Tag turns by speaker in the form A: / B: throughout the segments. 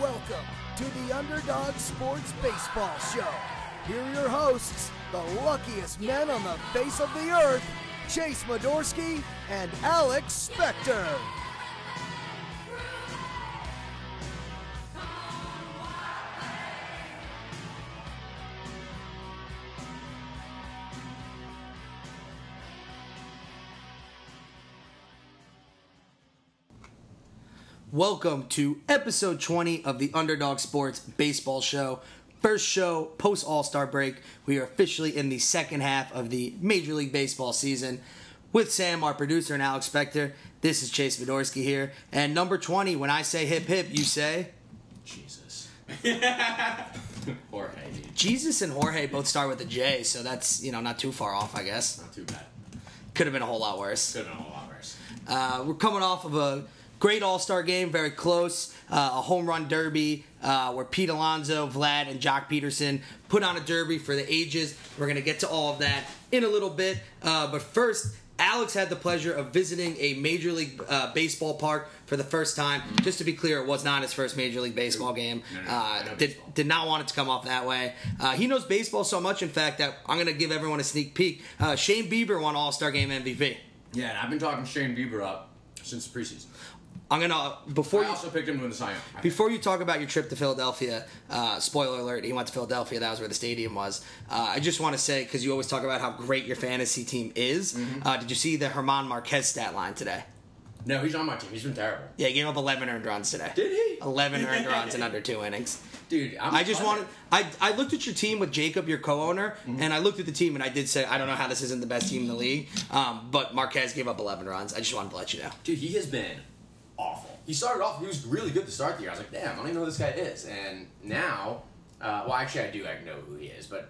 A: Welcome to the Underdog Sports Baseball Show. Here are your hosts, the luckiest men on the face of the earth, Chase Madorsky and Alex Spector.
B: Welcome to episode 20 of the Underdog Sports Baseball Show. First show post All Star break. We are officially in the second half of the Major League Baseball season. With Sam, our producer, and Alex Spector, this is Chase Vidorsky here. And number 20, when I say hip hip, you say?
C: Jesus. Jorge.
B: Jesus and Jorge both start with a J, so that's, you know, not too far off, I guess.
C: Not too bad.
B: Could have been a whole lot worse.
C: Could have been a lot worse.
B: Uh, we're coming off of a great All Star game, very close, uh, a home run derby uh, where Pete Alonso, Vlad, and Jock Peterson put on a derby for the ages. We're going to get to all of that in a little bit. Uh, but first, Alex had the pleasure of visiting a Major League uh, Baseball park for the first time. Just to be clear, it was not his first Major League Baseball game.
C: Mm-hmm. No, no, no, I
B: Uh,
C: know
B: did,
C: baseball.
B: did not want it to come off that way. Uh, he knows baseball so much, in fact, that I'm going to give everyone a sneak peek. Uh, Shane Bieber won All Star Game MVP.
C: Yeah, and I've been talking Shane Bieber up since the preseason.
B: I'm gonna before
C: I
B: you
C: also picked him to win the Cy Young. I-
B: Before you talk about your trip to Philadelphia, uh, spoiler alert, he went to Philadelphia. That was where the stadium was. Uh, I just want to say, because you always talk about how great your fantasy team is,
C: Mm-hmm.
B: uh, did you see the Herman Marquez stat line today?
C: no, he's on my team. He's been terrible.
B: Yeah, he gave up 11 earned runs today.
C: Did he?
B: 11 earned runs in under two innings.
C: Dude, I'm
B: I just
C: excited.
B: wanted. I, I looked at your team with Jacob, your co-owner,
C: Mm-hmm.
B: and I looked at the team, and I did say, I don't know how this isn't the best team in the league, um, but Marquez gave up 11 runs. I just wanted to let you know.
C: Dude, he has been awful. He started off, he was really good to start the year. I was like, damn, I don't even know who this guy is. And now, uh, well, actually, I do I know who he is, but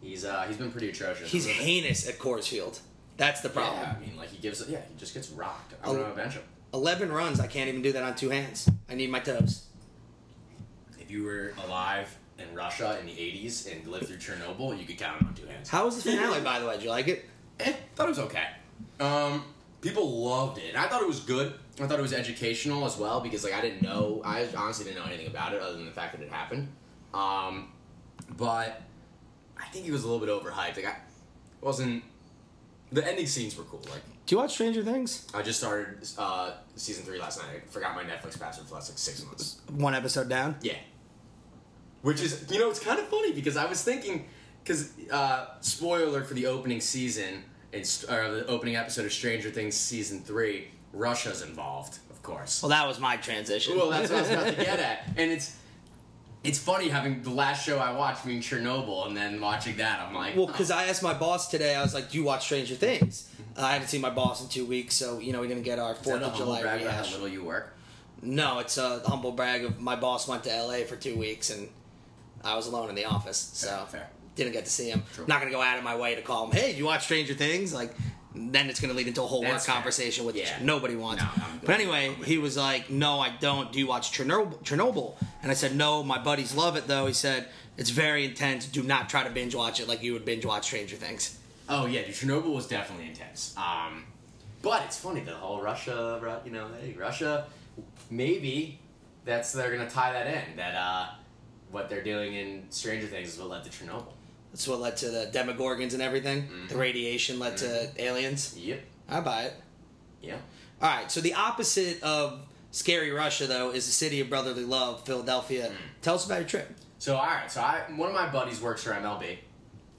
C: he's uh, he's been pretty atrocious.
B: He's
C: Yeah,
B: heinous at Coors Field. That's the problem.
C: I mean, like, he gives, yeah, he just gets rocked. I'm going to bench him.
B: 11 runs, I can't even do that on two hands. I need my toes.
C: If you were alive in Russia in the 80s and lived through Chernobyl, you could count it on two hands.
B: How was the finale, by the way? Did you like it?
C: Eh, thought it was okay. Um, people loved it. I thought it was good. I thought it was educational as well because like I didn't know. I honestly didn't know anything about it other than the fact that it happened. Um, but I think he was a little bit overhyped. Like I wasn't. The ending scenes were cool. Like
B: Do you watch Stranger Things?
C: I just started uh, season three last night. I forgot my Netflix password for the last like six months.
B: One episode down.
C: Yeah. Which is, you know, it's kind of funny because I was thinking, because uh, spoiler for the opening season, it's or the opening episode of Stranger Things season three, Russia's involved, of course.
B: Well, that was my transition.
C: Well, that's what I was about to get at, and it's it's funny having the last show I watched being Chernobyl, and then watching that, I'm like, "Oh,
B: Well, because I asked my boss today, I was like, "Do you watch Stranger Things?" Uh, I haven't seen my boss in two weeks, so you know we're gonna get our
C: is that
B: Fourth
C: a
B: of
C: humble
B: July
C: brag about
B: rehash.
C: how little you work.
B: No, it's a humble brag of my boss went to L.A. for two weeks and I was alone in the office, so
C: Fair, fair.
B: didn't get to see him.
C: True.
B: Not gonna go out of my way to call him. Hey, did you watch Stranger Things? Like, then it's gonna lead into a whole
C: That's
B: work
C: fair.
B: conversation with
C: Yeah.
B: nobody wants.
C: No, I'm-
B: but anyway, he was like, "No, I don't. Do you watch Chernobyl?" Chernobyl, and I said, "No, my buddies love it though." He said, "It's very intense. Do not try to binge watch it like you would binge watch Stranger Things."
C: Oh yeah, dude, Chernobyl was definitely intense. Um, but it's funny the whole Russia, Ru- you know, hey, Russia. Maybe that's they're gonna tie that in. That uh, what they're doing in Stranger Things is what led to Chernobyl.
B: That's what led to the Demogorgons and everything.
C: Mm-hmm.
B: The radiation led to aliens.
C: Yep.
B: I buy it.
C: Yeah.
B: All right. So the opposite of scary Russia, though, is the city of brotherly love, Philadelphia. Tell us about your trip.
C: So all right. So I one of my buddies works for MLB,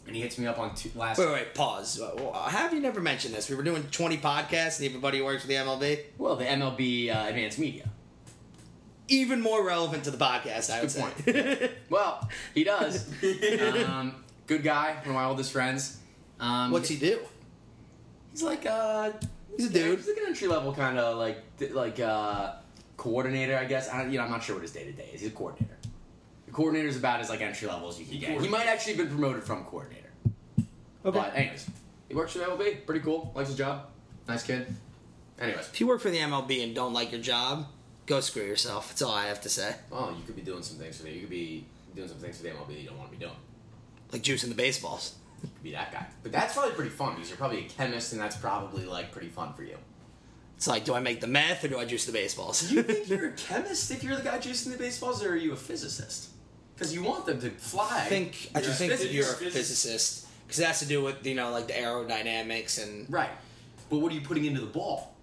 C: and he hits me up on two, last.
B: Wait, wait, wait, pause. Uh, well, How have you never mentioned this? We were doing 20 podcasts, and everybody works for the MLB.
C: Well, the MLB uh, Advanced Media.
B: Even more relevant to the podcast, I would say.
C: Well, he does. um, good guy, one of my oldest friends. Um,
B: What's he do?
C: He's like a
B: He's a
C: Yeah,
B: dude.
C: he's like an entry level kind of like th- like uh, coordinator, I guess. I don't, you know, I'm not sure what his day to day is. He's a coordinator. The coordinator's about as like entry level as you can get. He might actually have been promoted from coordinator.
D: Okay.
C: But anyways, he works for the MLB. Pretty cool. Likes his job. Nice kid. Anyways,
B: If you work for the MLB and don't like your job, go screw yourself. That's all I have to say.
C: oh, you could be doing some things for the you could be doing some things for the MLB that you don't want to be doing.
B: Like juicing the baseballs.
C: You could be that guy. But that's probably pretty fun because you're probably a chemist and that's probably like pretty fun for you.
B: It's like, do I make the meth or do I juice the baseballs?
C: you think you're a chemist if you're the guy chasing the baseballs, or are you a physicist? Because you want them to fly.
B: I think I just think that
C: Physics-
B: you're a
C: physics-
B: physicist because it has to do with you know like the aerodynamics and
C: right, but what are you putting into the ball?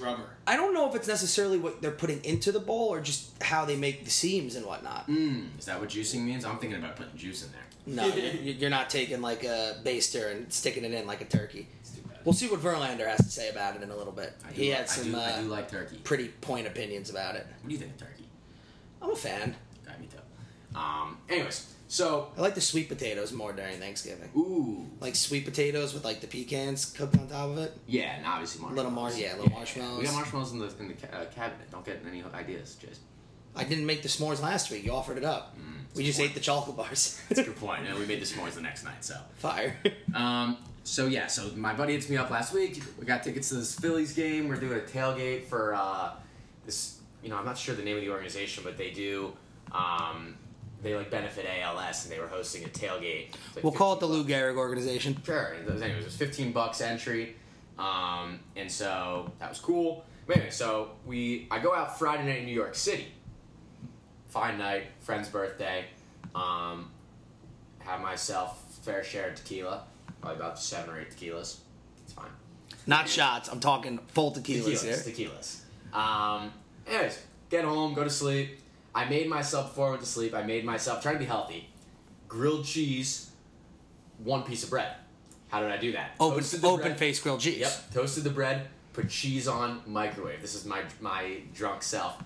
D: Rubber.
B: I don't know if it's necessarily what they're putting into the ball or just how they make the seams and whatnot.
C: Is that what juicing means? I'm thinking about putting juice in there.
B: No, you're you're not taking like a baster and sticking it in like a turkey.
C: It's too bad.
B: We'll see what Verlander has to say about it in a little bit.
C: I do
B: He
C: like-
B: had some
C: I do, I do
B: uh,
C: like turkey.
B: pretty point opinions about it.
C: What do you think of turkey?
B: I'm a fan.
C: I me too. Um. Anyways, so
B: I like the sweet potatoes more during Thanksgiving.
C: ooh,
B: Like sweet potatoes with like the pecans cooked on top of it.
C: yeah, and obviously marshmallows.
B: Little mar- yeah, little marshmallows.
C: We got marshmallows in the in the ca- uh, cabinet. Don't get any ideas, Jason.
B: I didn't make the s'mores last week. You offered it up.
C: Mm,
B: we just ate the chocolate bars.
C: That's a good point. And we made the s'mores the next night, so.
B: Fire.
C: Um, so yeah, so my buddy hits me up last week. We got tickets to this Phillies game. We're doing a tailgate for uh, this. You know, I'm not sure the name of the organization, but they do. Um, they like benefit ALS, and they were hosting a tailgate. It's like
B: we'll call it the
C: 15
B: Lou Gehrig organization.
C: Sure. It was, anyways, it was 15 bucks entry. Um, and so that was cool. But anyway, so we I go out Friday night in New York City. Fine night, friend's birthday. Um, have myself fair share of tequila, probably about seven or eight tequilas. It's fine.
B: Not shots. I'm talking full tequilas, here.
C: Tequilas. tequilas. Um, anyways, get home, go to sleep. I made myself before I went to sleep. I made myself trying to be healthy. Grilled cheese, one piece of bread. How did I do that?
B: Open,
C: Toasted the
B: open
C: bread.
B: face grilled cheese.
C: Yep. Toasted the bread, put cheese on, microwave. This is my my drunk self.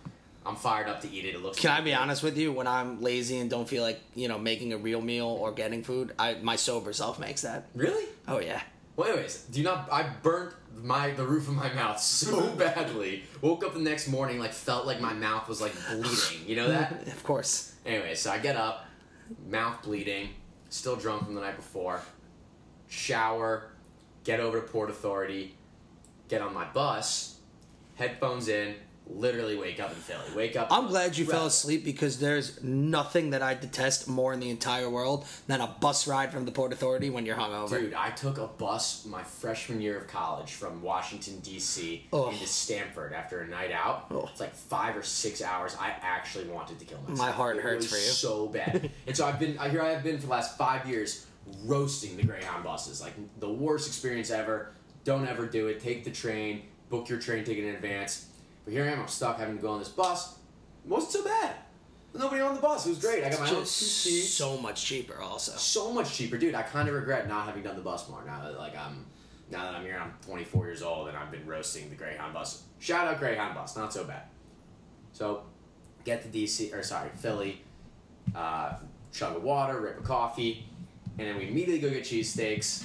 C: I'm fired up to eat it. It looks.
B: Can I
C: really
B: be
C: good.
B: honest with you? When I'm lazy and don't feel like you know making a real meal or getting food, I my sober self makes that.
C: Really?
B: Oh yeah.
C: Well, anyways, do you not? I burnt my the roof of my mouth so badly. Woke up the next morning, like felt like my mouth was like bleeding. You know that?
B: Of course.
C: Anyway, so I get up, mouth bleeding, still drunk from the night before, shower, get over to Port Authority, get on my bus, headphones in, literally wake up in Philly. Wake up.
B: I'm glad you fell
C: Right.
B: asleep because there's nothing that I detest more in the entire world than a bus ride from the Port Authority when you're hungover.
C: Dude, I took a bus my freshman year of college from Washington D.C.
B: Ugh.
C: into Stanford after a night out.
B: Ugh.
C: It's like five or six hours. I actually wanted to kill myself.
B: My heart
C: It
B: hurts
C: was
B: for you.
C: so bad. and so I've been I- here. I have been for the last five years roasting the Greyhound buses. Like the worst experience ever. Don't ever do it. Take the train. Book your train ticket in advance. But here I am. I'm stuck having to go on this bus. It wasn't so bad. There's nobody on the bus. It was great. I got my own
B: Just
C: seat
B: so much cheaper, also.
C: so much cheaper, dude. I kind of regret not having done the bus more now that like I'm now that I'm here. I'm 24 years old and I've been roasting the Greyhound bus. Shout out Greyhound bus, not so bad. So get to DC or sorry Philly, uh, chug a water, rip a coffee, and then we immediately go get cheesesteaks.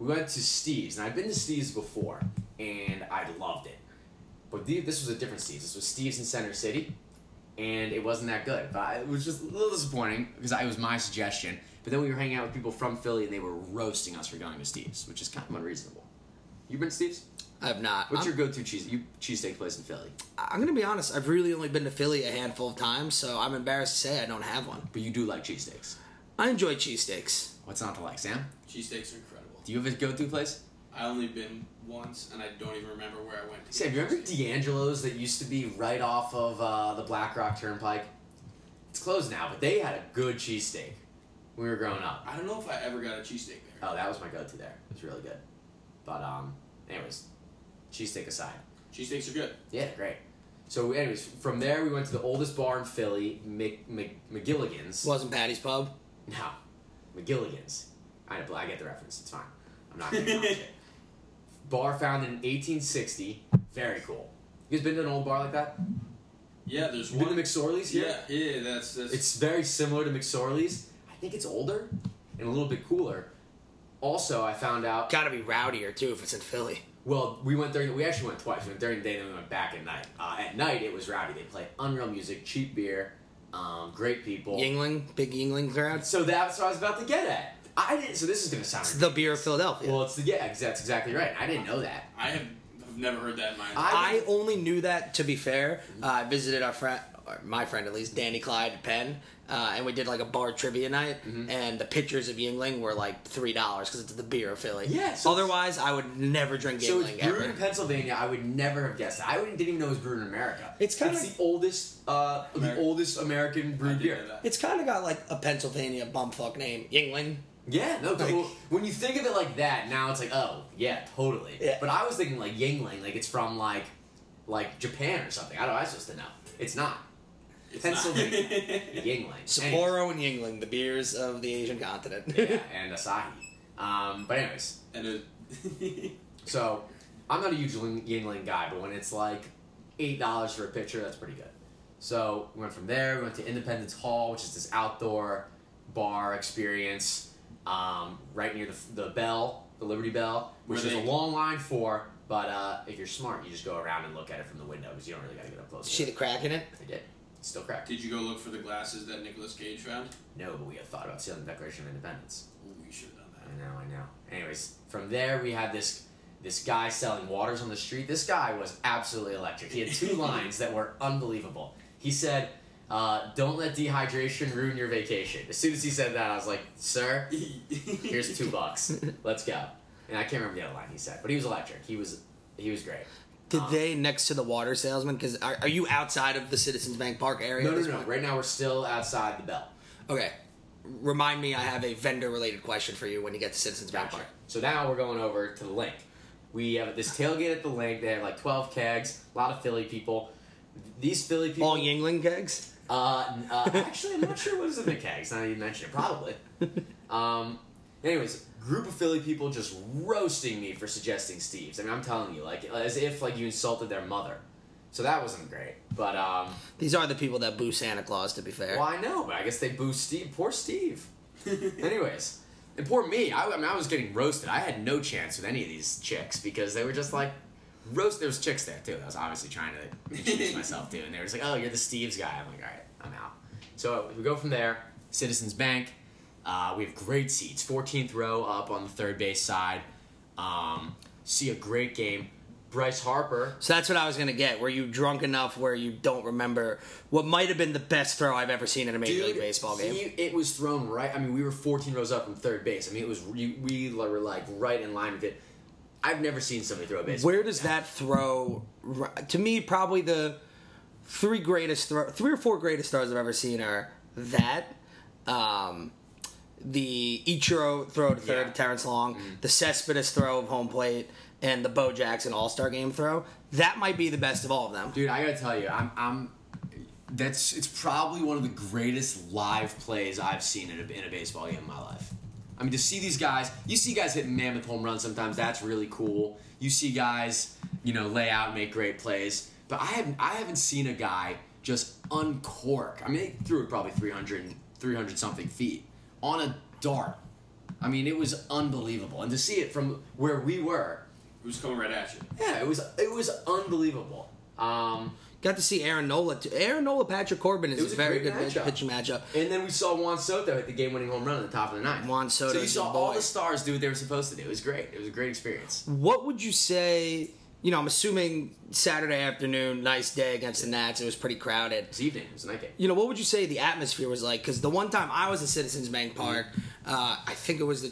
C: We went to Steve's and I've been to Steve's before and I loved it, but the, this was a different Steve's. This was Steve's in Center City and it wasn't that good. But I- it was just a little disappointing because I- it was my suggestion. But then we were hanging out with people from Philly, and they were roasting us for going to Steve's, which is kind of unreasonable. You been to Steve's?
B: I have not.
C: What's
B: I'm,
C: your go-to cheese you cheesesteak place in Philly?
B: I'm gonna be honest. I've really only been to Philly a handful of times, so I'm embarrassed to say I don't have one.
C: But you do like cheesesteaks.
B: I enjoy cheesesteaks.
C: What's not to like, Sam?
D: Cheesesteaks are incredible.
C: Do you have a go-to place?
D: I only been once, and I don't even remember where I went. To
C: Sam,
D: get
C: you remember
D: cheesesteaks.
C: D'Angelo's that used to be right off of uh, the Black Rock Turnpike? It's closed now, but they had a good cheesesteak when we were growing up.
D: I don't know if I ever got a cheesesteak there.
C: Oh, that was my go-to there. It was really good. But um, anyways, cheesesteak aside.
D: Cheesesteaks are good.
C: Yeah, great. So, anyways, from there we went to the oldest bar in Philly, Mc, Mc, McGilligan's.
B: Wasn't Patty's Pub?
C: No, McGilligan's. I know, but I get the reference. It's fine. I'm not gonna acknowledge it. Bar founded in 1860. Very cool. You guys been to an old bar like that?
D: Yeah, there's
C: You
D: one.
C: been to McSorley's here?
D: yeah, yeah, that's that's.
C: It's very similar to McSorley's. I think it's older and a little bit cooler. Also, I found out
B: Gotta be rowdier too if it's in Philly.
C: Well, we went during. We actually went twice. We went during the day, then we went back at night. Uh, at night, it was rowdy. They play unreal music, cheap beer, um, great people.
B: Yingling, big Yingling crowds.
C: So that's what I was about to get at. I didn't. So this is gonna sound.
B: It's the beer of Philadelphia.
C: well, it's the yeah. ex- That's exactly right. I didn't know that.
D: I have have never heard that in my
C: I-
B: I only knew that to be fair. Uh, I visited our friend, or my friend at least, Danny Clyde Penn, uh, and we did like a bar trivia night. And the pitchers of Yingling were like three dollars because it's the beer of Philly.
C: Yeah, so-
B: Otherwise, I would never drink Yingling
C: So it's brewed in
B: ever.
C: Pennsylvania. I would never have guessed that. I wouldn't, didn't even know it was brewed in America.
B: It's kinda-
C: the oldest, uh, the
D: American.
C: oldest American
D: I
C: brewed
D: didn't
C: beer.
D: know that.
B: It's kind of got like a Pennsylvania bumfuck name, Yingling.
C: Yeah, no.
B: Like-
C: well, when you think of it like that, now it's like, oh, yeah, totally.
B: Yeah.
C: But I was thinking like Yingling, like it's from like, like Japan or something. I don't. I was just know. It's not.
D: It's not.
C: Pennsylvania Yingling. Anyways.
B: Sapporo and Yingling, the beers of the Asian continent.
C: yeah, and Asahi. Um, but anyways,
D: and it,
C: so I'm not a huge Ying- Yingling guy, but when it's like eight dollars for a pitcher, that's pretty good. So we went from there. We went to Independence Hall, which is this outdoor bar experience, um, right near the, the bell, the Liberty Bell, which
D: Where
C: is a
D: they-
C: long line for. But uh, if you're smart, you just go around and look at it from the window because you don't really got to get up close.
B: See the crack in it?
C: I did. It's Still cracked.
D: did you go look for the glasses that Nicolas Cage found?
C: No, but we had thought about stealing the Declaration of Independence.
D: Ooh, you should have done that.
C: I know, I know. Anyways, from there we had this this guy selling waters on the street. This guy was absolutely electric. He had two lines that were unbelievable. He said, uh, "Don't let dehydration ruin your vacation." As soon as he said that, I was like, "Sir, here's two bucks. Let's go." And I can't remember the other line he said, but he was electric. He was he was great.
B: Did they next to the water salesman? Because are, are you outside of the Citizens Bank Park area?
C: No,
B: at
C: no,
B: this
C: no.
B: point?
C: Right now we're still outside the bell.
B: Okay. Remind me, I have a vendor related question for you when you get to Citizens Bank Park.
C: So now we're going over to the link. We have this tailgate at the link. They have like twelve kegs, a lot of Philly people. These Philly people
B: All Yingling kegs?
C: Uh, n- uh, actually, I'm not sure what was in the kegs. Now that you mention it, probably. Um, anyways, group of Philly people just roasting me for suggesting Steve's. I mean, I'm telling you, like as if like you insulted their mother. So that wasn't great. But um,
B: These are the people that boo Santa Claus, to be fair.
C: well, I know, but I guess they boo Steve. Poor Steve. Anyways, and poor me. I, I mean, I was getting roasted. I had no chance with any of these chicks because they were just like roast. There was chicks there too. I was obviously trying to introduce myself to, and they were just like, "Oh, you're the Steve's guy." I'm like, "All right, I'm out." So we go from there. Citizens Bank. Uh, we have great seats. 14th row up on the third base side. Um, see a great game. Bryce Harper.
B: So that's what I was going to get. Were you drunk enough where you don't remember what might have been the best throw I've ever seen in a Major League
C: Dude,
B: Baseball game?
C: he- it was thrown right. I mean, we were 14 rows up from third base. I mean, it was we, we were like right in line with it. I've never seen somebody throw a baseball.
B: Where does that throw? ri- To me, probably the three greatest throw, three or four greatest throws I've ever seen are that, um, the Ichiro throw to third
C: Yeah. Mm-hmm.
B: to Terrence Long, the Cespedes throw of home plate, and the Bo Jackson All Star Game throw. That might be the best of all of them.
C: Dude, I gotta tell you, I'm, I'm. That's it's probably one of the greatest live plays I've seen in a, in a baseball game in my life. I mean, to see these guys, you see guys hit mammoth home runs sometimes. That's really cool. You see guys, you know, lay out, and make great plays. But I haven't, I haven't seen a guy just uncork. I mean, they threw it probably 300, and- 300 something feet on a dart. I mean, it was unbelievable. And to see it from where we were,
D: Who's coming right at you?
C: yeah, it was, it was unbelievable. Um,
B: Got to see Aaron Nola. Too. Aaron Nola, Patrick Corbin is
C: It was
B: a
C: a
B: very
C: great
B: good pitch-
C: matchup.
B: pitching matchup.
C: And then we saw Juan Soto hit the game-winning home run at the top of the ninth.
B: Juan Soto
C: So you
B: is
C: saw
B: the
C: all
B: boy.
C: the stars do what they were supposed to do. It was great. It was a great experience.
B: What would you say? You know, I'm assuming Saturday afternoon, nice day against the Nats. It was pretty crowded.
C: This evening it was a night game.
B: you know, what would you say the atmosphere was like? Because the one time I was at Citizens Bank Park, uh, I think it was the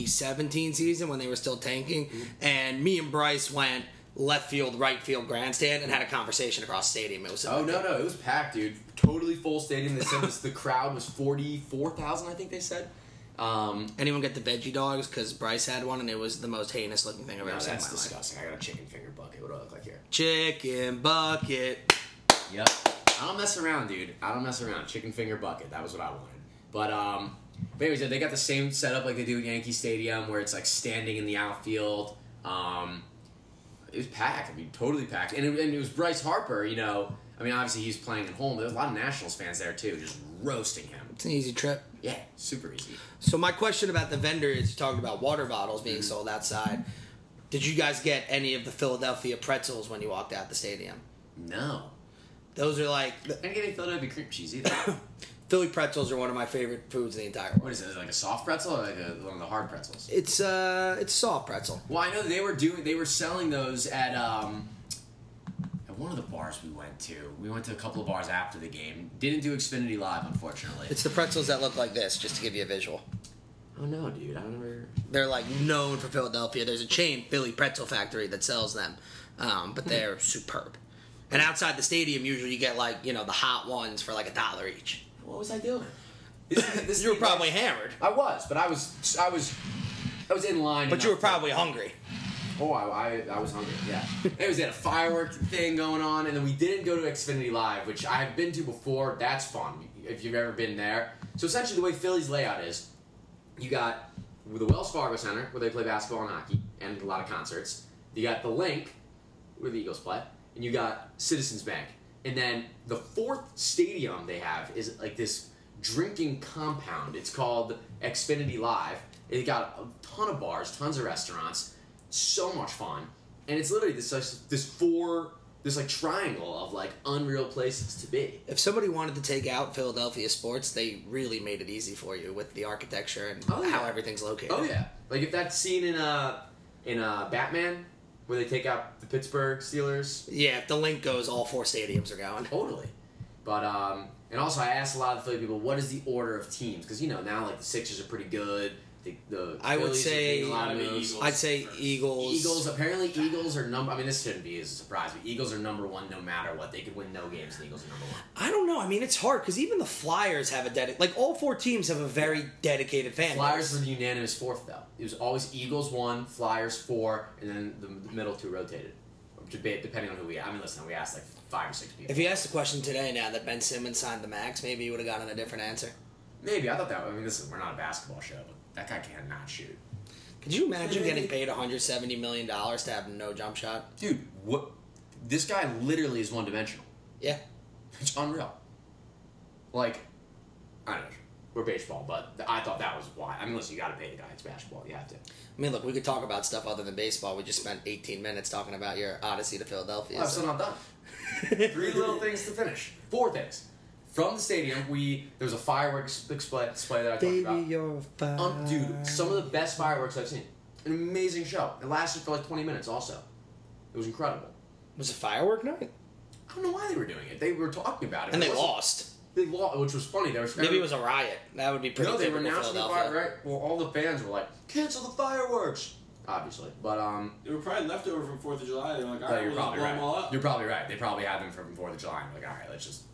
B: 2017 season when they were still tanking, and me and Bryce went left field, right field, grandstand, and had a conversation across the stadium. It was
C: Oh no, no, it was packed, dude. Totally full stadium. They said this, the crowd was forty-four thousand. I think they said. Um,
B: Anyone get the veggie dogs? Because Bryce had one, and it was the most heinous looking thing I've
C: no,
B: ever seen in my
C: that's
B: life.
C: disgusting. I got a chicken finger bucket. What do I look like here?
B: Chicken bucket.
C: Yep. I don't mess around, dude. I don't mess around. Chicken finger bucket. That was what I wanted. But um, but anyways, they got the same setup like they do at Yankee Stadium, where it's like standing in the outfield. Um, it was packed. I mean, totally packed. And it, and it was Bryce Harper. You know, I mean, obviously he's playing at home. But there's a lot of Nationals fans there too, just roasting him.
B: It's an easy trip.
C: Yeah, super easy. Mm-hmm.
B: So my question about the vendor is you talked about water bottles being sold outside. Did you guys get any of the Philadelphia pretzels when you walked out the stadium?
C: No.
B: Those are like
C: I didn't get any Philadelphia cream cheese either.
B: Philly pretzels are one of my favorite foods in the entire world.
C: what is it? Is it like a soft pretzel or like a, one of the hard pretzels?
B: It's uh, it's soft pretzel.
C: Well, I know they were doing. They were selling those at um, at one of the bars we went to. We went to a couple of bars after the game. Didn't do Xfinity Live, unfortunately.
B: It's the pretzels that look like this, just to give you a visual.
C: oh no, dude! I never.
B: They're like known for Philadelphia. There's a chain, Philly Pretzel Factory, that sells them, um,
C: Hmm.
B: but they're superb. And outside the stadium, usually you get like you know the hot ones for like a dollar each.
C: What was I doing? This, this
B: You were probably hammered,
C: I was, but I was. I was. I was in line.
B: but
C: enough
B: you were
C: to-
B: probably hungry.
C: Oh, I, I, I was hungry. Yeah, it was at a fireworks thing going on, and then we didn't go to Xfinity Live, which I've been to before. That's fun if you've ever been there. So essentially, the way Philly's layout is, you got the Wells Fargo Center where they play basketball and hockey, and a lot of concerts. You got the Link where the Eagles play, and you got Citizens Bank, and then the fourth stadium they have is like this drinking compound. It's called Xfinity Live. It got a ton of bars, tons of restaurants so much fun, and it's literally this like, this four this like triangle of like unreal places to be.
B: If somebody wanted to take out Philadelphia sports, they really made it easy for you with the architecture and
C: Oh, yeah.
B: how everything's located.
C: Oh yeah, like if that scene in uh in uh Batman where they take out the Pittsburgh Steelers,
B: Yeah, if the link goes, all four stadiums are going.
C: totally. But um and also I asked a lot of Philly people what is the order of teams because you know now like the Sixers are pretty good. The, the
B: I would
C: Phillies are
B: say-
C: making a lot of
D: Gotta be
C: moves.
D: Eagles.
B: I'd say
D: First.
B: Eagles.
C: Eagles apparently Eagles are number. I mean this shouldn't be as a surprise, but Eagles are number one no matter what. They could win no games. and Eagles are number one.
B: I don't know. I mean, it's hard because even the Flyers have a dedicated. Like all four teams have a very dedicated fan. base.
C: Flyers were the unanimous fourth, though. It was always Eagles one, Flyers four, and then the middle two rotated, Deba- depending on who we. I mean, listen, we asked like five or six people.
B: If you asked the question today, now that Ben Simmons signed the max, maybe you would have gotten a different answer.
C: Maybe I thought that. I mean, listen, we're not a basketball show, but that guy cannot shoot.
B: Could you imagine getting paid 170 million dollars to have no jump shot?
C: Dude, what? This guy literally is one dimensional.
B: Yeah,
C: It's unreal. Like, I don't know. We're baseball, but th- I thought that was why. I mean, listen, you got to pay the guy. It's basketball. You have to.
B: I mean, look, we could talk about stuff other than baseball. We just spent 18 minutes talking about your odyssey to Philadelphia.
C: Well, I'm
B: so-
C: still not done. Three little things to finish. Four things. From the stadium, we there was a fireworks display, display that I talked about.
B: you're fine.
C: Um, dude, some of the best fireworks I've seen. An amazing show. It lasted for like 20 minutes. Also, it was incredible.
B: was a firework night,
C: I don't know why they were doing it. They were talking about it.
B: and
C: It
B: they
C: wasn't-
B: lost.
C: They lost, which was funny. There was
B: Maybe it was a riot. That would be pretty.
C: no. They were
B: typical
C: announcing the
B: Philadelphia.
C: fire right. Well, all the fans were like, "Cancel the fireworks," obviously. But um,
D: They were probably leftover from Fourth of July. They're like, all
C: No,
D: right,
C: you're
D: we'll just
C: probably
D: blow them all
C: right.
D: up.
C: You're probably right. They probably had them from Fourth of July. and like, all right, let's just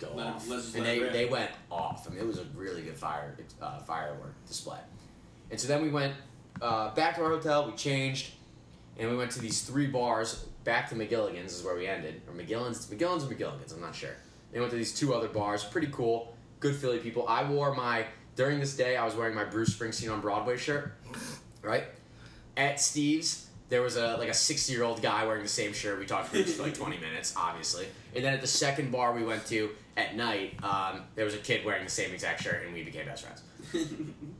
C: go
D: Let 'em-
C: off.
D: let's just
C: and
D: let
C: they,
D: it rip.
C: they went off. I mean, it was a really good fire uh, firework display. And so then we went uh, back to our hotel. We changed, and we went to these three bars. Back to McGilligan's is where we ended, or McGilligan's, McGilligan's or McGilligan's. I'm not sure. They went to these two other bars. Pretty cool. Good Philly people. I wore my during this day. I was wearing my Bruce Springsteen on Broadway shirt right? At Steve's, there was a like a sixty year old guy wearing the same shirt. We talked to him for like twenty minutes, obviously. And then at the second bar we went to at night, um, there was a kid wearing the same exact shirt, and we became best friends.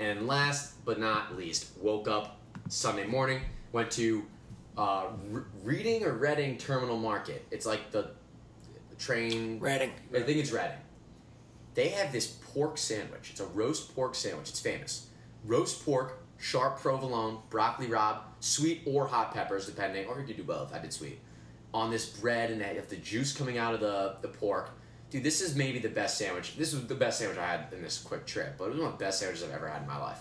C: and last but not least, woke up Sunday morning, went to uh, Re- Reading or Reading Terminal Market. It's like the train.
B: Reading.
C: I think it's Reading. They have this pork sandwich. It's a roast pork sandwich. It's famous. Roast pork, sharp provolone, broccoli rob, sweet or hot peppers, depending, or you could do both. I did sweet. On this bread and that, you have the juice coming out of the, the pork. Dude, this is maybe the best sandwich. This was the best sandwich I had in this quick trip, but it was one of the best sandwiches I've ever had in my life.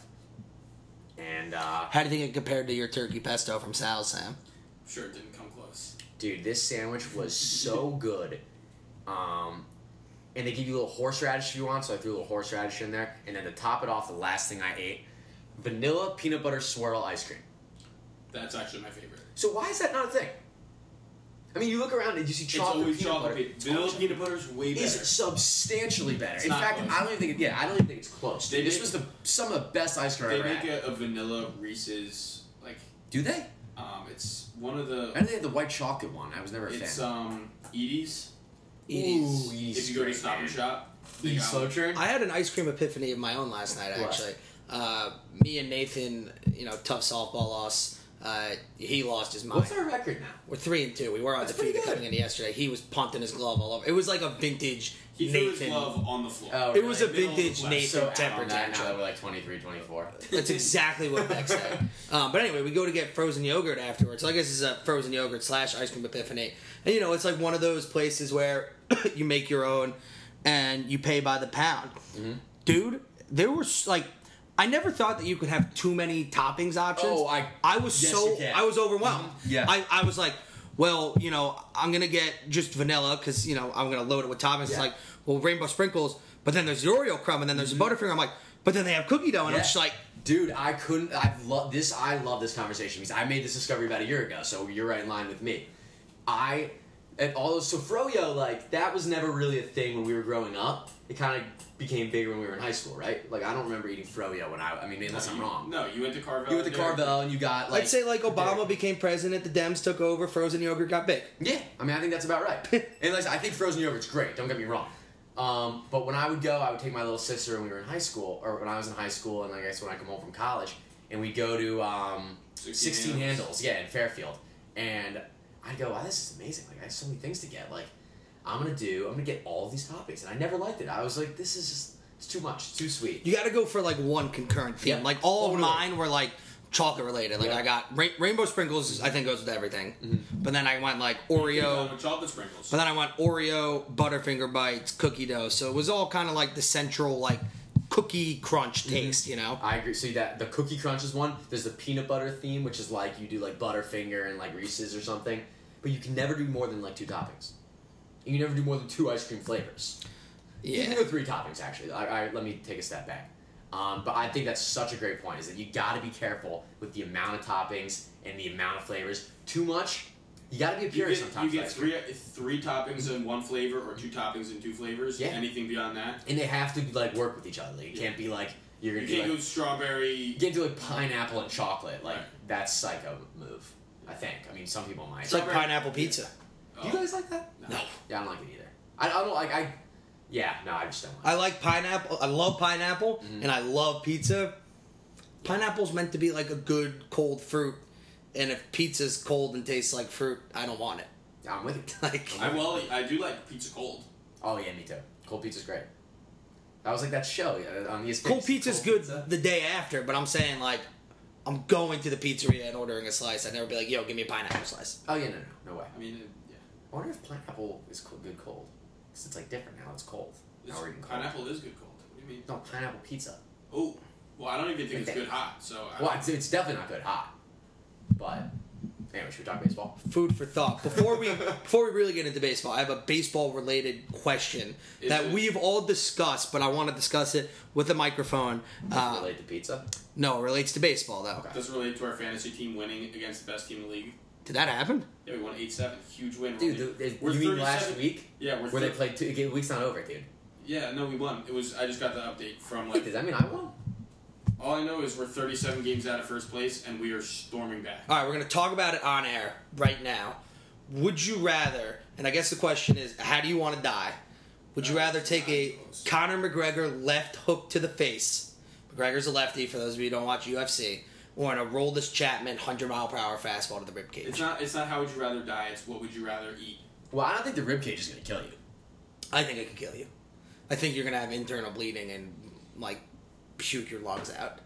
C: And uh,
B: How do you think it compared to your turkey pesto from Sal's, Sam?
D: Sure, it didn't come close.
C: Dude, this sandwich was so good. Um, and they give you a little horseradish if you want, so I threw a little horseradish in there. And then to top it off, the last thing I ate vanilla peanut butter swirl ice cream.
D: That's actually my favorite.
C: So why is that not a thing? I mean, you look around and you see
D: it's
C: chocolate
D: always
C: peanut
D: chocolate.
C: butter.
D: peanut- Vanilla peanut butter's way better.
C: Is substantially better. in
D: not
C: fact,
D: close.
C: I don't even think. Yeah, I don't even think it's close.
D: They
C: Dude, this
D: make-
C: was the some of the best ice cream I
D: They
C: ever
D: make
C: had.
D: a, a vanilla Reese's like
C: Do they?
D: um, it's one of
C: I know
D: the
C: they had the white chocolate one. I was never a
D: it's
C: fan.
D: um Edie's.
C: Ooh, Yee's
D: If you go to
C: great,
D: Stop and
C: man.
D: Shop, they
C: Yee's
D: got
C: slow
D: one.
C: churn.
B: I had an ice cream epiphany of my own last night.
C: What?
B: Actually, uh, me and Nathan, you know, tough softball loss. Uh, he lost his mind.
C: What's our record now?
B: We're three and two. We were undefeated
C: pretty good.
B: coming into yesterday. He was punting his glove all over. It was like a vintage
D: He threw his
B: Nathan.
D: glove on the floor.
C: Oh,
B: It was a
C: really?
D: Middle of the
B: vintage
D: left.
B: Nathan
C: so out
B: temper
C: on that now
B: tantrum.
C: that we're like 23, 24.
B: That's exactly what Beck said. Um, but anyway, we go to get frozen yogurt afterwards. So I guess it's a frozen yogurt slash ice cream epiphany. And you know, it's like one of those places where you make your own and you pay by the pound.
C: Mm-hmm.
B: Dude, there were s- like. I never thought that you could have too many toppings options.
C: Oh, I-
B: I was
C: yes,
B: so
C: you can. Mm-hmm.
B: I was overwhelmed.
C: Yeah.
B: I, I was like, well, you know, I'm gonna get just vanilla because you know I'm gonna load it with toppings. It's
C: Yeah.
B: like, well, rainbow sprinkles, but then there's the Oreo crumb, and then there's the Butterfinger. I'm like, but then they have cookie dough, and I'm
C: Mm-hmm. Yeah.
B: just like,
C: dude, I couldn't. I love this. I love this conversation because I made this discovery about a year ago. So you're right in line with me. I and all those so froyo like that was never really a thing when we were growing up. It kind of became bigger when we were in high school, right? Like I don't remember eating froyo when I. I mean, unless I'm
D: You-
C: wrong.
D: No, you went to Carvel.
C: You went to
D: and Derek.
C: Carvel and you got like
B: I'd say like Obama became president, the Dems took over, frozen yogurt got big.
C: Yeah, I mean, I think that's about right. and like, I think frozen yogurt's great. Don't get me wrong. Um, but when I would go, I would take my little sister when we were in high school, or when I was in high school, and I guess when I come home from college, and we go to um,
D: 16
C: sixteen
D: Handles.
C: handles, yeah, in Fairfield, and I go, wow, this is amazing. Like, I have so many things to get. Like, I'm gonna do, I'm gonna get all these toppings, and I never liked it. I was like, this is just, it's too much, it's too sweet.
B: You got to go for like one concurrent theme.
C: Yeah.
B: Like all of
C: Totally.
B: mine were like chocolate related. Like
C: Yeah. Mm-hmm.
B: I got ra- rainbow sprinkles. I think goes with everything. But then I went like Oreo.
D: Carvel with chocolate sprinkles.
B: But then I went Oreo, Butterfinger bites, cookie dough. So it was all kind of like the central like cookie crunch
C: Mm-hmm.
B: taste. You know.
C: I agree. See that the cookie crunch is one. There's the peanut butter theme, which is like you do like Butterfinger and like Reese's or something, but you can never do more than like two toppings. And you never do more than two ice cream flavors. You
B: Yeah.
C: can go three toppings actually. I, I, let me take a step back. Um, but I think that's such a great point. Is that you got to be careful with the amount of toppings and the amount of flavors. Too much, you got to be a
D: you
C: purist
D: get, you
C: sometimes.
D: get
C: ice cream.
D: three three toppings in one flavor or two toppings in two flavors.
C: Yeah.
D: Anything beyond that,
C: and they have to like work with each other. Like, you
D: Yeah.
C: can't be like you're gonna
D: you
C: be
D: can't
C: like,
D: go strawberry.
C: You can't do like pineapple and chocolate. Like
D: Right.
C: that's psycho move. I think. I mean, some people might.
B: It's like pineapple pizza.
D: uh,
C: do you guys like that?
D: No.
C: Yeah, I don't like it either. I, I don't like. I. Yeah, no, I just don't like.
B: I like pineapple. I love pineapple,
D: Mm-hmm.
B: and I love pizza. Pineapple's meant to be like a good cold fruit, and if pizza's cold and tastes like fruit, I don't want it.
C: it. I'm with it.
B: Like,
D: I well, I do like pizza cold.
C: Oh yeah, me too. Cold pizza's great. That was like that show yeah, on E ESPN.
B: cold pizza's good
C: pizza.
B: the day after, but I'm saying like, I'm going to the pizzeria and ordering a slice. I'd never be like, yo, give me a pineapple slice.
C: Oh yeah, no, no, no way.
D: I mean, it- yeah.
C: I wonder if pineapple is co- good cold. Cause it's like different now. It's cold. now
D: It's-
C: we're eating cold.
D: pineapple is good cold. What do you mean?
C: No pineapple pizza.
D: Oh, well, I don't even think it's
C: Okay.
D: good hot. So I,
C: Well, it's, it's definitely not good hot. But anyway, should we talk baseball?
B: Food for thought. Before we before we really get into baseball, I have a baseball related question
D: Is
B: that
D: it-
B: we've all discussed, but I want to discuss it with a microphone. Uh,
C: Related to pizza.
B: no, it relates to baseball though.
D: does it relate to our fantasy team winning against the best team in the league.
B: Did that happen?
D: Yeah, we won eight seven. Huge win. We're
C: Dude,
D: only-
C: the, the,
D: we're
C: you mean last
D: 37
C: week?
D: Yeah, we're
C: Where they
D: thir-
C: played two the week's not over, dude.
D: Yeah, no, we won. It was. I just got the update from
C: Wait,
D: like.
C: does that mean I won?
D: All I know is we're 37 games out of first place, and we are storming back.
B: All right, we're going to talk about it on air right now. Would you rather, and I guess the question is, how do you want to die? Would
C: Uh,
B: you rather take a Conor McGregor left hook to the face? McGregor's a lefty, for those of you who don't watch UFC, or an Aroldis Chapman 100 mile per hour fastball to the
D: It's
B: ribcage.
D: not. It's not how would you rather die. It's what would you rather eat.
C: Well, I don't think the ribcage is gonna kill you.
B: I think it could kill you. I think you're going to have internal bleeding and, like, puke your lungs out.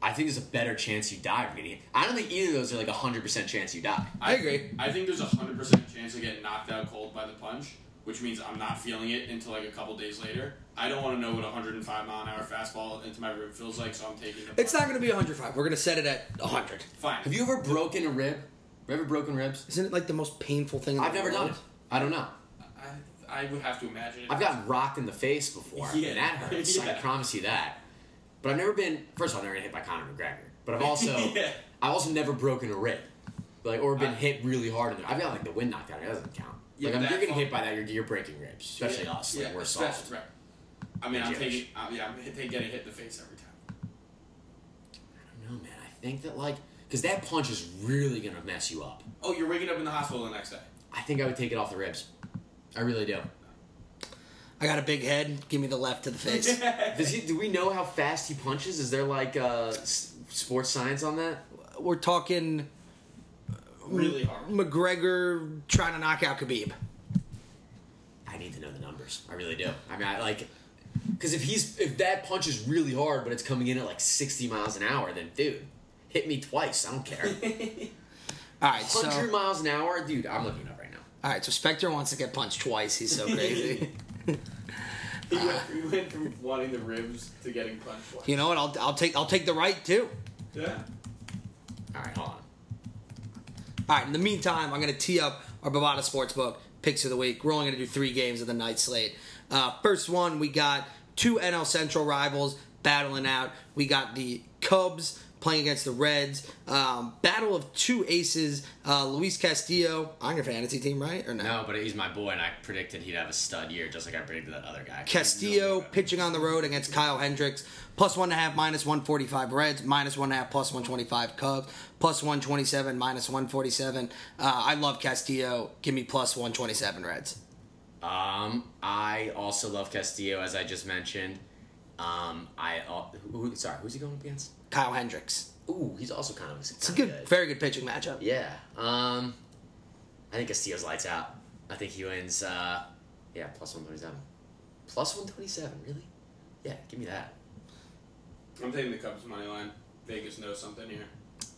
C: I think there's a better chance you die from getting it. I don't think either of those are like a hundred percent chance you die.
B: I agree.
D: I think there's a hundred percent chance I get knocked out cold by the punch, which means I'm not feeling it until like a couple days later. I don't want to know what a 105 mile an hour fastball into my rib feels like, so I'm taking. The
B: It's not going to be 105. We're going to set it at 100.
D: fine.
C: Have you ever broken a rib? Have you ever broken ribs?
B: Isn't it, like, the most painful thing in the
C: I've never done
B: world?
C: it. I don't know.
D: I, I would have to imagine it.
C: I've gotten rocked in the face before,
D: Yeah.
C: and that hurts. I
D: Yeah.
C: can promise you that. But I've never been. First of all, I've never been hit by Conor McGregor. But I've also,
D: Yeah.
C: I've also never broken a rib, like or been hit really hard. In the, I've got like the wind knocked out. of me. That doesn't count.
D: Yeah,
C: like I'm,
D: but
C: you're
D: that-
C: getting hit by that, you're, you're breaking ribs, especially us. Like
D: yeah,
C: we're
D: especially-
C: soft.
D: right. I mean, I'm
C: Jewish.
D: taking. I'm, yeah, I'm hit- they getting hit in the face every time.
C: No, man. I think that like because that punch is really gonna mess you up.
D: Oh, you're waking up in the hospital the next day.
C: I think I would take it off the ribs. I really do.
B: I got a big head. Give me the left to the face.
C: Does he, do we know how fast he punches? Is there like uh, s- sports science on that?
B: we're talking
D: Really hard.
B: Mm. McGregor trying to knock out Khabib.
C: I need to know the numbers. I really do. I mean, I like because if he's if that punch is really hard, but it's coming in at like sixty miles an hour, then dude, hit me twice. I don't care.
B: All right, so
C: Hundred miles an hour, dude. I'm looking it up right now.
B: all right, so Spectre wants to get punched twice. He's so crazy.
D: He went, he went from wanting the ribs to getting punched twice.
B: you know what? I'll I'll take I'll take the right too.
D: Yeah.
C: All right, hold on.
B: All right. In the meantime, I'm going to tee up our Bovada Sportsbook picks of the week. We're only going to do three games of the night slate. Uh, first one, we got two NL Central rivals battling out. We got the Cubs playing against the Reds. Um, battle of two aces. Uh, Luis Castillo on your fantasy team, right or no?
C: No, but he's my boy, and I predicted he'd have a stud year, just like I predicted that other guy.
B: Castillo pitching on the road against Kyle Hendricks. Plus one and a half, minus 145 Reds, minus one and a half, plus 125 Cubs, plus 127, minus 147. Uh, I love Castillo. Give me plus 127 Reds.
C: Um, I also love Castillo, as I just mentioned. Um, I al- who, who- sorry, who's he going up against?
B: Kyle Hendricks.
C: Ooh, he's also kind of
B: It's a good, very good pitching matchup.
C: Yeah. Um, I think Castillo's lights out. I think he wins. Uh, yeah, plus one twenty seven. Plus one twenty seven, really? Yeah, give me that.
D: I'm taking the Cubs money line. Vegas knows something here.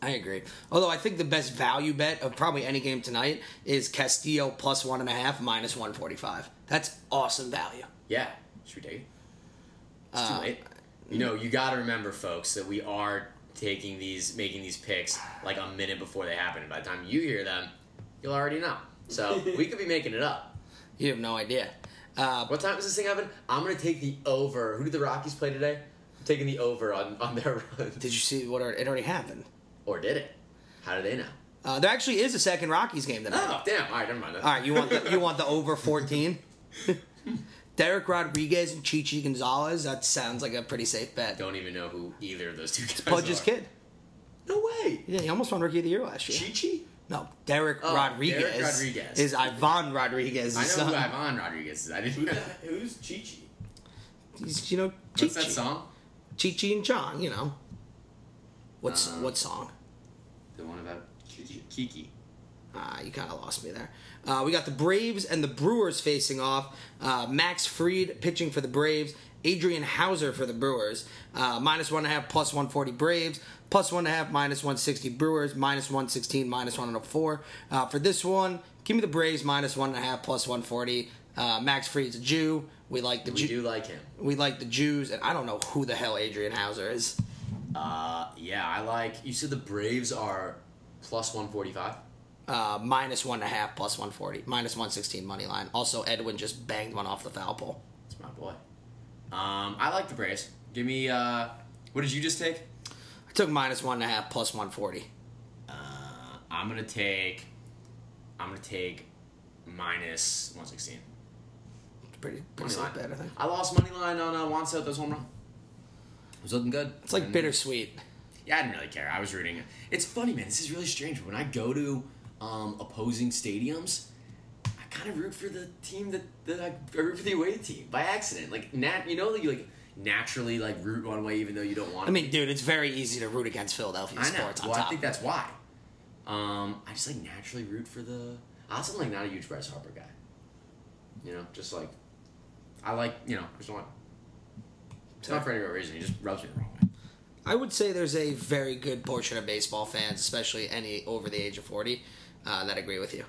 B: I agree. Although I think the best value bet of probably any game tonight is Castillo plus one and a half, minus 145. That's awesome value.
C: Yeah, should we take it? It's
B: Uh,
C: too late. You know, you got to remember, folks, that we are taking these, making these picks like a minute before they happen. And by the time you hear them, you'll already know. So we could be making it up.
B: You have no idea. Uh,
C: What time is this thing happen? I'm gonna take the over. Who did the Rockies play today? I'm taking the over on on their run.
B: did you see what are, it already happened?
C: Or did it? How do they know?
B: Uh, there actually is a second Rockies game tonight.
C: Oh, damn! All right, never mind.
B: All right, you want the, you want the over fourteen? Derek Rodriguez and Chichi Gonzalez. That sounds like a pretty safe bet.
C: Don't even know who either of those two guys
B: Pudge's
C: are.
B: kid.
C: No way.
B: Yeah, he almost won Rookie of the Year last year.
C: Chichi.
B: No, Derek
C: Oh,
B: Rodriguez.
C: Derek Rodriguez.
B: is Ivan Rodriguez.
C: I know
B: son.
C: who Ivan Rodriguez is. I didn't.
D: Who's, who's Chi-Chi?
B: He's, you know Chichi.
C: What's that song?
B: Chichi and John. You know. What's
C: Uh,
B: what song?
C: The one about Kiki.
B: Ah, you kind of lost me there. Uh, we got the Braves and the Brewers facing off. Uh, Max Fried pitching for the Braves. Adrian Hauser for the Brewers. Uh, minus one and a half, plus 140 Braves. Plus one and a half, minus 160 Brewers. Minus 116, minus 104. Uh, for this one, give me the Braves minus one and a half, plus 140. Uh, Max Fried's a Jew. We like the
C: We
B: Jew.
C: do like him.
B: We like the Jews, and I don't know who the hell Adrian Hauser is.
C: Uh, yeah, I like. You said the Braves are plus one forty five.
B: Uh, minus one and a half, plus 140, minus 116 money line. Also, Edwin just banged one off the foul pole.
C: That's my boy. Um, I like the Braves. Give me. Uh, what did you just take?
B: I took minus one and a half, plus one forty.
C: Uh, I'm gonna take. I'm gonna take minus one sixteen.
B: It's pretty pretty safe bet, I think.
C: I lost money line on uh, Juan Soto's home run. It was looking good.
B: It's like
C: And-
B: bittersweet.
C: Yeah, I didn't really care. I was rooting. It's funny, man. This is really strange. When I go to um, opposing stadiums, I kind of root for the team that, that I, I root for the away team by accident. Like nat, you know, that you like naturally like root one way even though you don't want.
B: I mean, dude, it's very easy to root against Philadelphia
C: I know.
B: sports on
C: Well, I
B: top.
C: think that's why. Um, I just like naturally root for the. I also like not a huge Bryce Harper guy. You know, just like I like you know Chris Long. It's not for any real reason. He just rubs me the wrong way.
B: I would say there's a very good portion of baseball fans, especially any over the age of forty, uh, that agree with you.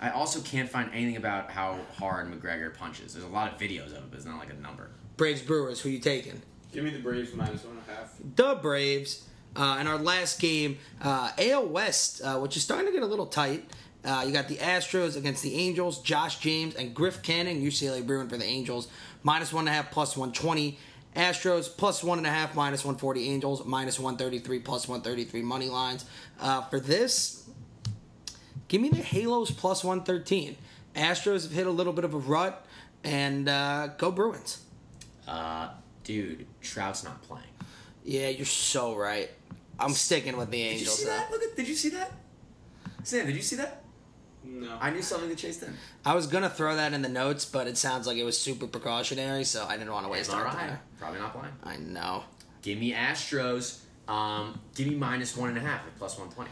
C: I also can't find anything about how hard McGregor punches. There's a lot of videos of it, but it's not like a number.
B: Braves Brewers, who you taking?
D: Give me the Braves minus one and a half.
B: the Braves. Uh, in our last game, uh, AL West, uh, which is starting to get a little tight. Uh, you got the Astros against the Angels, Josh James and Griff Canning, UCLA Bruin for the Angels, minus one and a half, plus 120. Astros plus one and a half, minus 140. Angels minus 133, plus 133 money lines. Uh, for this, give me the Halos plus 113. Astros have hit a little bit of a rut, and uh, go Bruins.
C: Dude, Trout's not playing.
B: Yeah, you're so right. I'm sticking with the
C: Did you
B: Angels.
C: see
B: though.
C: that? Look at. Did you see that? Sam, did you see that?
D: No.
C: I knew something to chase then.
B: I was gonna throw that in the notes, but it sounds like it was super precautionary, so I didn't want to waste
C: All
B: our
C: right.
B: time.
C: Probably not playing.
B: I know.
C: Give me Astros. Um, give me minus one and a half at plus 120.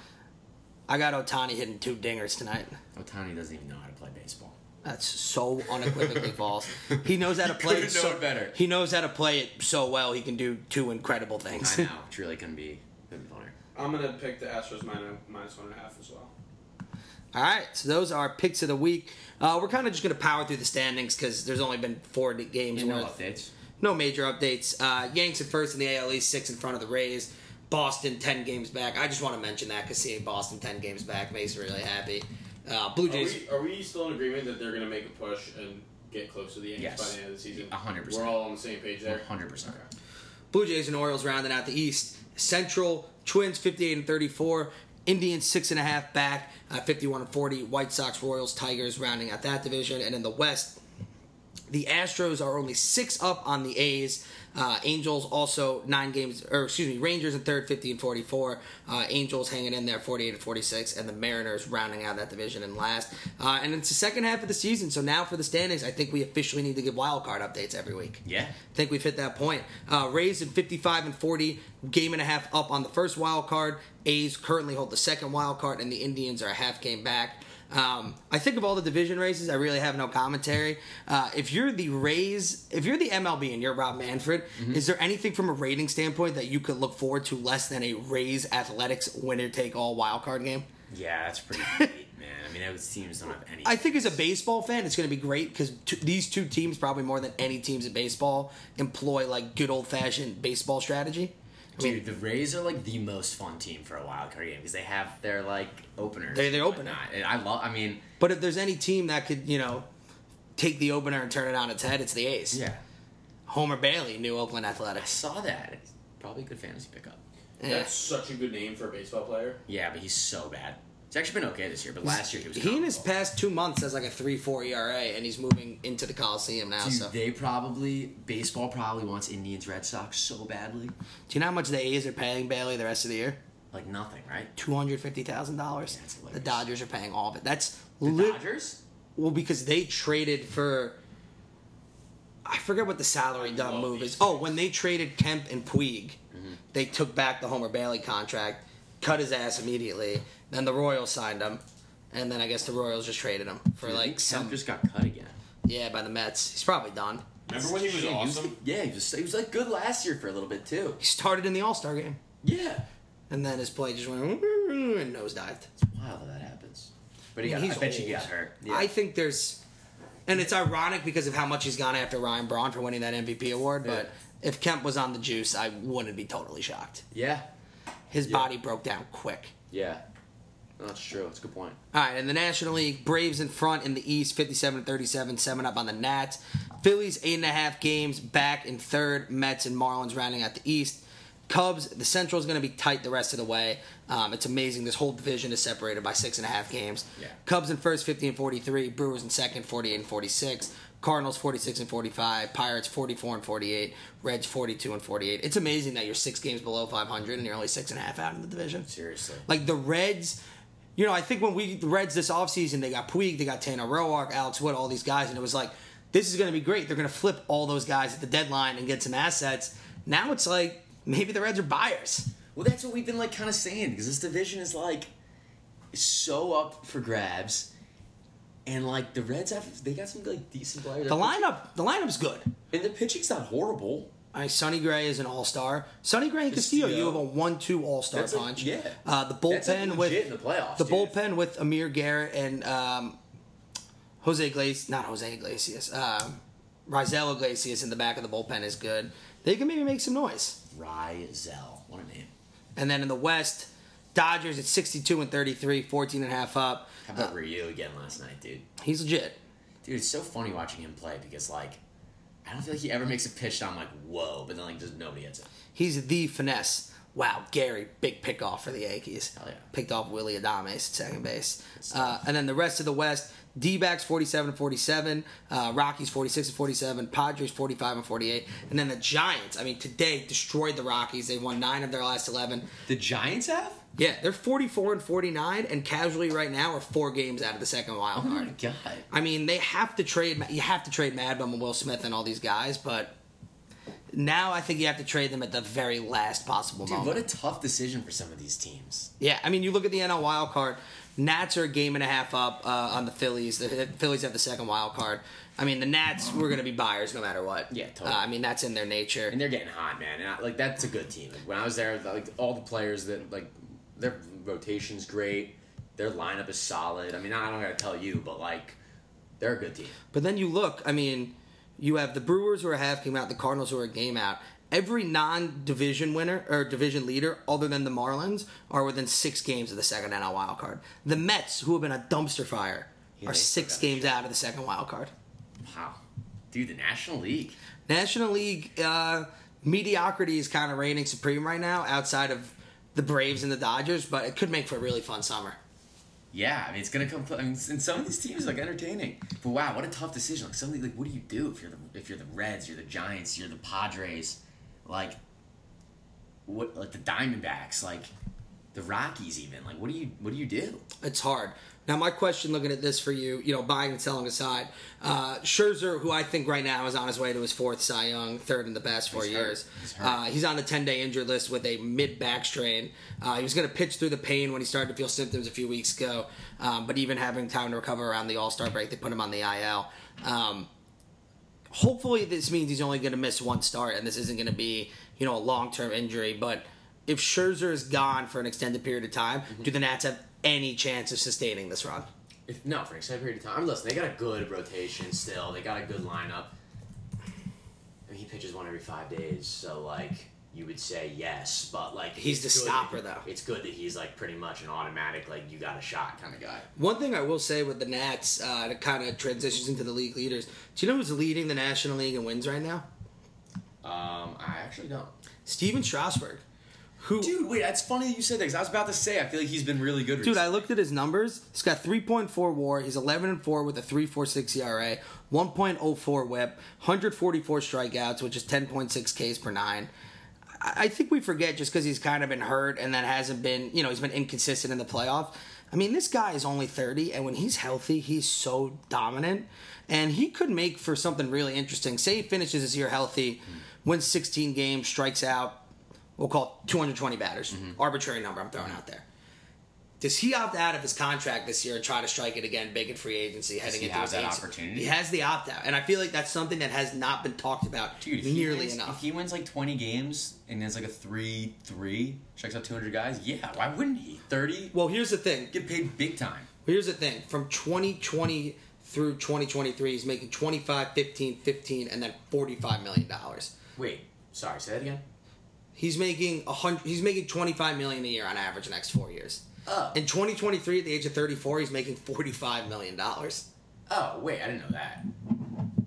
B: I got Otani hitting two dingers tonight.
C: Otani doesn't even know how to play baseball.
B: That's so unequivocally false. He knows how to play it
C: couldn't know
B: so
C: it better.
B: He knows how to play it so well. He can do two incredible things.
C: I know. It's really going to be gonna be funner.
D: I'm gonna pick the Astros minus minus one and a half as well.
B: All right, so those are our picks of the week. Uh, we're kind of just going to power through the standings because there's only been four games
C: You know
B: worth.
C: updates.
B: No major updates. Uh, Yanks at first in the AL East, six in front of the Rays. Boston ten games back. I just want to mention that because seeing Boston ten games back makes me really happy. Uh, Blue
D: Are
B: Jays.
D: we, are we still in agreement that they're gonna make a push and get close to the Yankees
C: Yes.
D: by the end of the season?
C: A hundred
D: We're
C: percent.
D: all on the same page there.
C: 100%.
B: Blue Jays and Orioles rounding out the East. Central Twins 58 and 34. Indians six and a half back, uh, 51 and 40. White Sox, Royals, Tigers rounding out that division. And in the West, the Astros are only six up on the A's. Uh, Angels also nine games, or excuse me, Rangers in third, 50 and 44. Uh, Angels hanging in there, 48 and 46. And the Mariners rounding out that division in last. Uh, and it's the second half of the season. So now for the standings, I think we officially need to give wild card updates every week.
C: Yeah.
B: I think we've hit that point. Uh, Rays in 55 and 40, game and a half up on the first wild card. A's currently hold the second wild card, and the Indians are a half game back. Um, I think of all the division races, I really have no commentary. Uh, if you're the Rays, if you're the MLB and you're Rob Manfred, is there anything from a rating standpoint that you could look forward to less than a Rays Athletics winner take all wild card game?
C: Yeah, that's pretty great, man. I mean, those teams don't have any.
B: I think as a baseball fan, it's going to be great because t- these two teams, probably more than any teams in baseball, employ like good old fashioned baseball strategy. I mean,
C: Dude, the Rays are like the most fun team for a wild card game because they have their like openers.
B: They're their
C: and
B: opener.
C: whatnot. And I love. I mean,
B: but if there's any team that could, you know, take the opener and turn it on its head, it's the A's.
C: yeah,
B: Homer Bailey, New Oakland
C: I
B: Athletics.
C: saw that. It's probably a good fantasy pickup.
B: Yeah.
D: That's such a good name for a baseball player.
C: Yeah, but he's so bad. He's actually been okay this year, but last year he was.
B: He in his
C: comparable.
B: past two months has like a three four ERA, and he's moving into the Coliseum now.
C: Dude,
B: so
C: they probably baseball probably wants Indians Red Sox so badly,
B: do you know how much the A's are paying Bailey the rest of the year?
C: like nothing, right?
B: Two hundred fifty thousand dollars.
C: That's
B: The
C: hilarious.
B: Dodgers are paying all of it. That's
C: The
B: lit-
C: Dodgers.
B: Well, because they traded for. I forget what the salary dumb
D: love
B: move
D: these
B: is. Oh, when they traded Kemp and Puig,
C: Mm-hmm.
B: they took back the Homer Bailey contract, cut his ass immediately. Then the Royals signed him, and then I guess the Royals just traded him for
C: Dude, I think
B: like
C: Kemp
B: some
C: just got cut again.
B: yeah by the Mets. He's probably done.
D: Remember when he was
C: Shit,
D: awesome?
C: yeah, he was. He was like good last year for a little bit too.
B: He started in the All Star game,
C: Yeah,
B: and then his play just went and nosedived.
C: it's wild that that happens. But he
B: I mean,
C: got,
B: he's
C: I bet you he
B: old.
C: got hurt. Yeah.
B: I think there's, and it's ironic because of how much he's gone after Ryan Braun for winning that MVP award. But if Kemp was on the juice, I wouldn't be totally shocked.
C: yeah,
B: His
C: Yeah.
B: body broke down quick.
C: yeah. No, that's true. That's a good point.
B: All right, in the National League, Braves in front in the East, 57 37, 7 up on the Nats. Phillies, 8.5 games back in third. Mets and Marlins rounding out the East. Cubs, the Central is going to be tight the rest of the way. Um, it's amazing. This whole division is separated by 6.5 games.
C: Yeah.
B: Cubs in first, 50 and 43. Brewers in second, 48 and 46. Cardinals, 46 and 45. Pirates, 44 and 48. Reds, 42 and 48. It's amazing that you're six games below 500 and you're only six and a half out in the division.
C: Seriously.
B: Like the Reds, you know, I think when we the Reds this offseason, they got Puig, they got Tanner Roark, Alex Wood, all these guys, and it was like, this is going to be great. They're going to flip all those guys at the deadline and get some assets. Now it's like maybe the Reds are buyers.
C: Well, that's what we've been like kind of saying because this division is like so up for grabs, and like the Reds have they got some like decent players.
B: The
C: Their pitch-
B: lineup, the lineup's good.
C: and the pitching's not horrible.
B: All right, Sonny Gray is an all star. Sonny Gray and Castillo,
C: Castillo.
B: you have a one-two all star
C: That's like-
B: punch.
C: yeah.
B: uh, the bullpen
C: That's, like, legit
B: with
C: in the playoffs,
B: The
C: dude.
B: bullpen with Amir Garrett and um, Jose Iglesias, not Jose Iglesias, um, Rizal Iglesias in the back of the bullpen is good. They can maybe make some noise.
C: Rizal, what a name!
B: And then in the West, Dodgers at 62 and 33, 14 and a half up.
C: How about Ryu again last night, dude?
B: He's legit.
C: Dude, it's so funny watching him play because like I don't feel like he ever makes a pitch that I'm like whoa, but then like just nobody hits it.
B: He's the finesse. Wow, Gary, big pickoff for the Yankees.
C: Hell yeah.
B: Picked off Willie Adames at second base. Uh, and then the rest of the West, D-backs 47 47, uh, Rockies 46 and 47, Padres 45 and 48, and then the Giants. I mean, today destroyed the Rockies. They won nine of their last 11.
C: The Giants have?
B: Yeah, they're 44 and 49, and casually right now are four games out of the second wild
C: Oh my
B: card.
C: god!
B: I mean, they have to trade. You have to trade Madbum and Will Smith and all these guys, but Now I think you have to trade them at the very last possible
C: Dude,
B: moment.
C: what a tough decision for some of these teams.
B: Yeah, I mean, you look at the NL wild card. Nats are a game and a half up uh, on the Phillies. The Phillies have the second wild card. I mean, the Nats were going to be buyers no matter what.
C: Yeah, totally.
B: Uh, I mean, that's in their nature.
C: And they're getting hot, man. And I, like that's a good team. Like, when I was there, like all the players that like their rotation's great, their lineup is solid. I mean, I don't gotta tell you, but like they're a good team.
B: But then you look, I mean, you have the Brewers who are a half game out, the Cardinals who are a game out. Every non division winner or division leader, other than the Marlins, are within six games of the second NL wild card. The Mets, who have been a dumpster fire,
C: Yeah,
B: are
C: they
B: six
C: forgot to
B: games out of the second wild card.
C: Wow, dude, the National League.
B: National League uh, mediocrity is kind of reigning supreme right now, outside of the Braves and the Dodgers. But it could make for a really fun summer.
C: Yeah, I mean, it's gonna come. I mean, and some of these teams like entertaining, but wow, what a tough decision. Like something like, what do you do if you're the if you're the Reds, you're the Giants, you're the Padres, like what like the Diamondbacks, like the Rockies, even like what do you what do you do?
B: It's hard. Now, my question, looking at this for you, you know, buying and selling aside, uh, Scherzer, who I think right now is on his way to his fourth Cy Young, third in the past four
C: He's hurt.
B: years.
C: He's hurt.
B: Uh, he's on the 10 day injured list with a mid back strain. Uh, he was going to pitch through the pain when he started to feel symptoms a few weeks ago, um, but even having time to recover around the All Star break, they put him on the IL. Um, hopefully this means he's only going to miss one start and this isn't going to be you know a long-term injury but if Scherzer is gone for an extended period of time do the Nats have any chance of sustaining this run
C: If no, for an extended period of time. I mean, listen, they got a good rotation still. They got a good lineup. I mean, he pitches one every five days, so like you would say yes, but like
B: He's
C: it's
B: the
C: good-
B: stopper, though.
C: It's good that he's like pretty much an automatic like you got a shot kind of guy.
B: one thing I will say with the Nats uh, that kind of transitions into the league leaders do you know who's leading the National League in wins right now
C: Um, I actually don't.
B: Steven Strasburg who
C: Dude, wait, that's funny that you said that because I was about to say I feel like he's been really good.
B: Dude, I looked at his numbers. He's got 3.4 WAR. He's 11 and 4 with a 3.46 ERA, 1.04 WHIP, 144 strikeouts, which is 10.6 Ks per nine. I I think we forget just because he's kind of been hurt and that hasn't been, you know, he's been inconsistent in the playoff. I mean, this guy is only 30, and when he's healthy, he's so dominant. And he could make for something really interesting. Say he finishes this year healthy, wins 16 games, strikes out, we'll call it 220 batters.
C: Mm-hmm.
B: Arbitrary number I'm throwing out there. Does he opt out of his contract this year and try to strike it again, big in free agency, heading
C: he
B: into
C: have
B: his
C: that
B: agent?
C: opportunity?
B: He has the opt out, and I feel like that's something that has not been talked about
C: Dude, if he
B: nearly
C: wins-
B: enough.
C: If he wins like twenty games and has like a three three, checks out two hundred guys, yeah, why wouldn't he? Thirty,
B: well, here's the thing.
C: get paid big time.
B: Here's the thing. From 2020 through 2023, he's making 25, 15, 15, and then 45 million dollars.
C: Wait, sorry, say that again.
B: He's making a hundred. He's making 25 million a year on average the next four years.
C: Oh.
B: In 2023, at the age of 34, he's making 45 million dollars.
C: Oh wait, I didn't know that.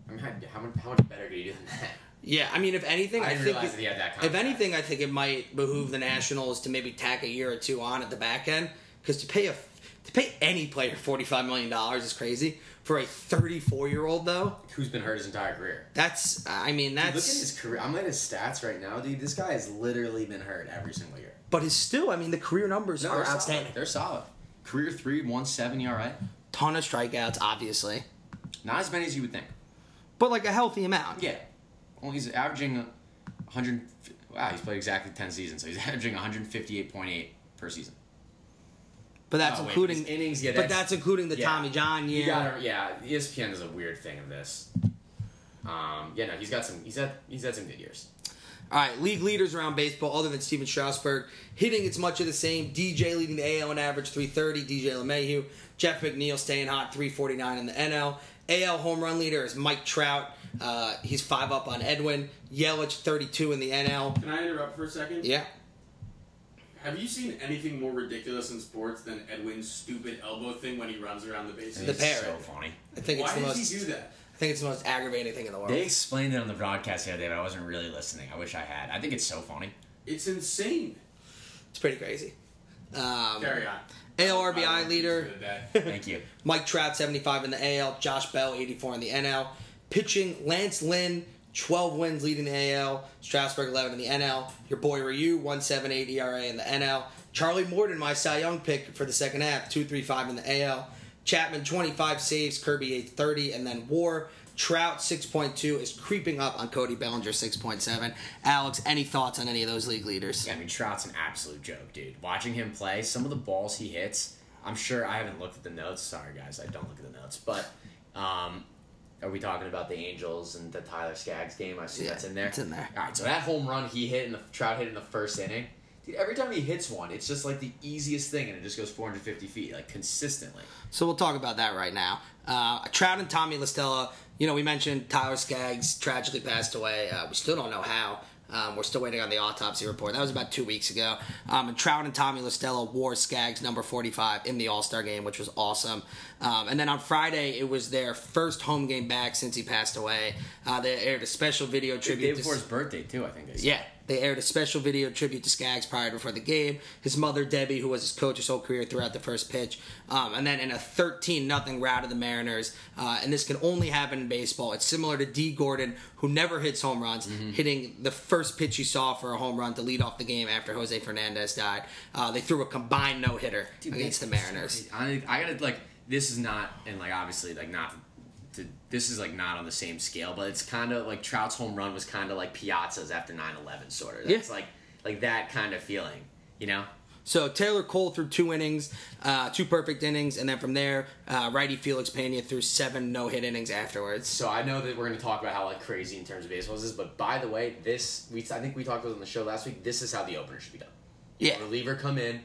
C: I mean, how, how, much, how much better could you do than that?
B: Yeah, I mean, if anything,
C: I
B: I,
C: didn't
B: think
C: realize
B: it-
C: that he had that
B: if
C: contract.
B: anything, I think it might behoove the Nationals to maybe tack a year or two on at the back end because to pay a to pay any player 45 million dollars is crazy. For a 34 year old though,
C: Who's been hurt his entire career?
B: that's I mean that's
C: Look at his career. I'm at his stats right now, dude. This guy has literally been hurt every single year.
B: but it's still I mean the career numbers are
C: solid.
B: outstanding.
C: They're solid. Career three, one seventy, all right.
B: Ton of strikeouts, obviously,
C: Not as many as you would think.
B: but like a healthy amount.
C: Yeah. Well, he's averaging 100. Wow, he's played exactly 10 seasons, so he's averaging 158.8 per season.
B: but that's
C: Oh, wait, but
B: including
C: his innings, yeah,
B: but
C: that's-
B: that's including the
C: yeah.
B: Tommy John year.
C: You gotta, yeah, E ESPN is a weird thing of this. Um, yeah, no, he's got some. He's had he's had some good years.
B: All right, league leaders around baseball, other than Steven Strasburg, hitting it's much of the same. DJ leading the AL on average 330. DJ LeMahieu, Jeff McNeil staying hot 349 in the NL. AL home run leader is Mike Trout. Uh, he's five up on Edwin. Yelich 32 in the NL.
D: Can I interrupt for a second?
B: Yeah,
D: Have you seen anything more ridiculous in sports than Edwin's stupid elbow thing when he runs around the bases?
B: The
C: It's
B: parrot.
C: So funny.
B: I think it's
D: Why
B: the
D: does
B: most.
D: he do that?
B: I think it's the most aggravating thing in the world.
C: They explained it on the broadcast the other day, but I wasn't really listening. I wish I had. I think it's so funny.
D: It's insane.
B: It's pretty crazy. Um,
D: Carry on.
B: ALRBI
D: I won't
B: leader.
D: use it today.
C: Thank you.
B: Mike Trout, 75 in the AL. Josh Bell, 84 in the NL. Pitching, Lance Lynn, 12 wins leading the AL. Strasburg, 11 in the NL. Your boy Ryu, 178 ERA E in the NL. Charlie Morton, my Cy Young pick for the second half, 235 in the AL. Chapman, 25 saves. Kirby, 830. And then War, Trout 6.2 is creeping up on Cody Bellinger 6.7. Alex, any thoughts on any of those league leaders?
C: Yeah, I mean, Trout's an absolute joke, dude. Watching him play, some of the balls he hits, I'm sure I haven't looked at the notes. Sorry, guys, I don't look at the notes. But um, are we talking about the Angels and the Tyler Skaggs game? I see
B: Yeah,
C: that's in there.
B: it's in there.
C: All right, so that home run he hit in the Trout hit in the first inning, dude. Every time he hits one, it's just like the easiest thing, and it just goes 450 feet, like consistently.
B: So we'll talk about that right now. Uh, Trout and Tommy Listella. You know, we mentioned Tyler Skaggs tragically passed away. Uh, we still don't know how. Um, we're still waiting on the autopsy report. That was about two weeks ago. Um, and Trout and Tommy Listella wore Skaggs number 45 in the All Star game, which was awesome. Um, and then on Friday, it was their first home game back since he passed away. Uh, they aired a special video
C: The day
B: tribute
C: before
B: to
C: his birthday, too. I think. They said.
B: yeah, they aired a special video tribute to Skaggs prior to before the game. His mother Debbie, who was his coach his whole career, threw out the first pitch, um, and then in a thirteen nothing rout of the Mariners. Uh, and this can only happen in baseball. It's similar to D. Gordon, who never hits home runs, hitting the first pitch you saw for a home run to lead off the game after Jose Fernandez died. Uh, they threw a combined no hitter against the Mariners.
C: I, I gotta like this is not and like obviously like not to, this is like not on the same scale, but it's kind of like Trout's home run was kind of like Piazza's after 9-11 sort of.
B: Yeah.
C: It's like like that kind of feeling, you know.
B: So Taylor Cole threw two innings, uh, two perfect innings, and then from there, uh, righty Felix Pena threw seven no hit innings afterwards.
C: So I know that we're gonna talk about how like crazy in terms of baseball this is, but by the way, this we I think we talked about this on the show last week. This is how the opener should be done.
B: Yeah.
C: reliever come in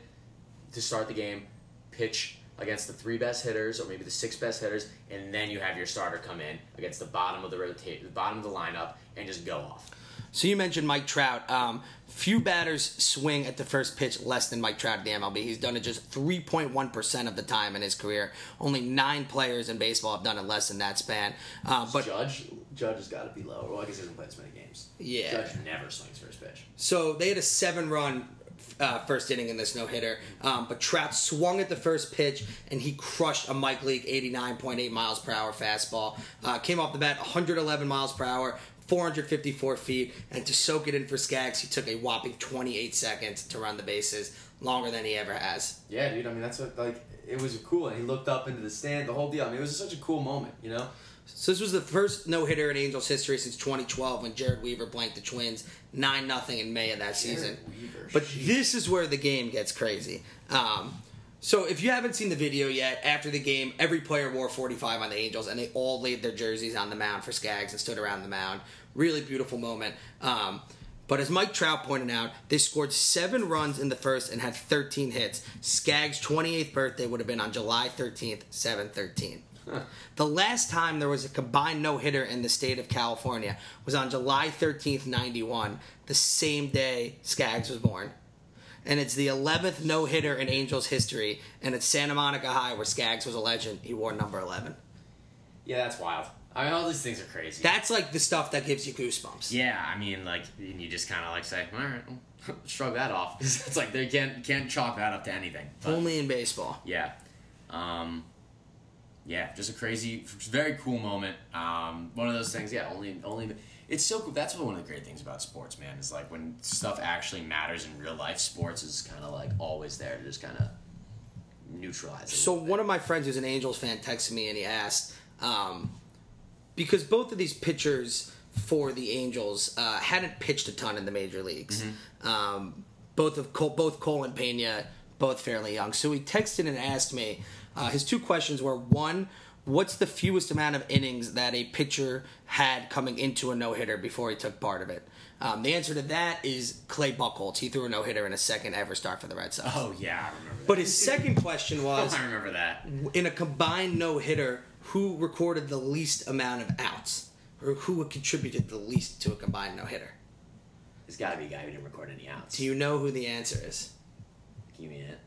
C: to start the game, pitch against the three best hitters or maybe the six best hitters, and then you have your starter come in against the bottom of the rotate, the bottom of the lineup, and just go off.
B: So you mentioned Mike Trout. Um, few batters swing at the first pitch less than Mike Trout at the MLB. He's done it just 3.1% of the time in his career. Only nine players in baseball have done it less than that span. Uh, but
C: Judge, Judge has got to be lower. Well, I guess he hasn't played as many games.
B: Yeah.
C: Judge never swings first pitch.
B: So they had a seven run uh, first inning in this no hitter, um, but Trout swung at the first pitch and he crushed a Mike Leake 89.8 miles per hour fastball. Uh, came off the bat 111 miles per hour. 454 feet, and to soak it in for Skaggs, he took a whopping 28 seconds to run the bases, longer than he ever has.
E: Yeah, dude. I mean, that's what, like it was cool, and he looked up into the stand, the whole deal. I mean, it was such a cool moment, you know.
B: So this was the first no hitter in Angels history since 2012 when Jared Weaver blanked the Twins nine nothing in May of that season.
E: Weaver,
B: but this is where the game gets crazy. Um, so if you haven't seen the video yet, after the game, every player wore 45 on the Angels, and they all laid their jerseys on the mound for Skaggs and stood around the mound. Really beautiful moment. Um, but as Mike Trout pointed out, they scored seven runs in the first and had 13 hits. Skaggs' 28th birthday would have been on July 13th, 713. The last time there was a combined no hitter in the state of California was on July 13th, 91, the same day Skaggs was born. And it's the 11th no hitter in Angels history, and it's Santa Monica High where Skaggs was a legend. He wore number 11.
C: Yeah, that's wild. I mean, all these things are crazy.
B: That's like the stuff that gives you goosebumps.
C: yeah, I mean, like and you just kind of like say, all right, well, shrug that off. it's like they can't can't chalk that up to anything. But-
B: Only in baseball.
C: yeah um yeah just a crazy very cool moment um one of those things yeah only only it's so cool that's one of the great things about sports man is like when stuff actually matters in real life sports is kind of like always there to just kind of neutralize it
B: So one of my friends who's an Angels fan texted me and he asked, um, because both of these pitchers for the Angels uh, hadn't pitched a ton in the major leagues. Um, both of Cole, both Cole and Pena, both fairly young. So he texted and asked me. Uh, his two questions were one. What's the fewest amount of innings that a pitcher had coming into a no hitter before he took part of it? Um, the answer to that is Clay Buckholz. He threw a no hitter in a second ever start for the Red Sox.
C: oh yeah i remember that
B: But his second question was
C: i remember that
B: in a combined no hitter, who recorded the least amount of outs, or who contributed the least to a combined no hitter?
C: there's gotta be a guy who didn't record any outs
B: Do you know who the answer is?
C: give me it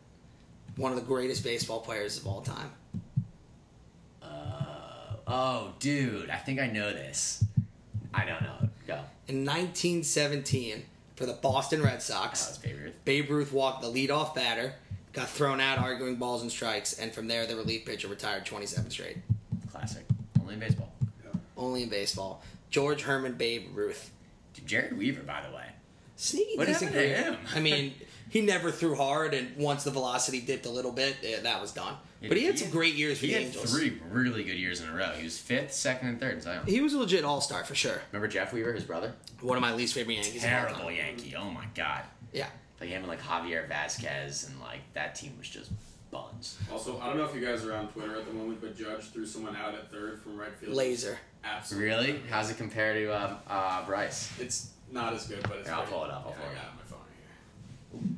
B: One of the greatest baseball players of all time.
C: oh dude i think i know this i don't know go
B: In 1917, for the Boston Red
C: that was
B: Sox,
C: Babe Ruth.
B: Babe Ruth walked the leadoff batter, got thrown out arguing balls and strikes, and from there the relief pitcher retired 27 straight.
C: classic only in baseball
B: Only in baseball. George Herman Babe Ruth.
C: Dude, jared weaver by the way
B: Sneaky
C: What
B: decent
C: happened to
B: career.
C: him?
B: I mean, he never threw hard, and once the velocity dipped a little bit, eh, that was done. But he had some great years for
C: He
B: the
C: had
B: Angels.
C: three really good years in a row. He was fifth, second, and third in Zion.
B: He was a legit all star for sure.
C: Remember Jeff Weaver, his brother?
B: One of my least favorite Yankees. of all time.
C: Terrible Yankee. Oh my god.
B: Yeah.
C: Like him and like Javier Vasquez and like that team was just buns.
D: Also, I don't know if you guys are on Twitter at the moment, but Judge threw someone out at third from right field.
B: Laser.
D: Absolutely.
C: Really? How's it compare to um, uh, Bryce?
D: It's not as good, but it's.
C: Here, I'll
D: pretty-
C: pull it up, I'll
D: Yeah,
C: pull
D: I
C: it
D: got
C: up.
D: my phone here.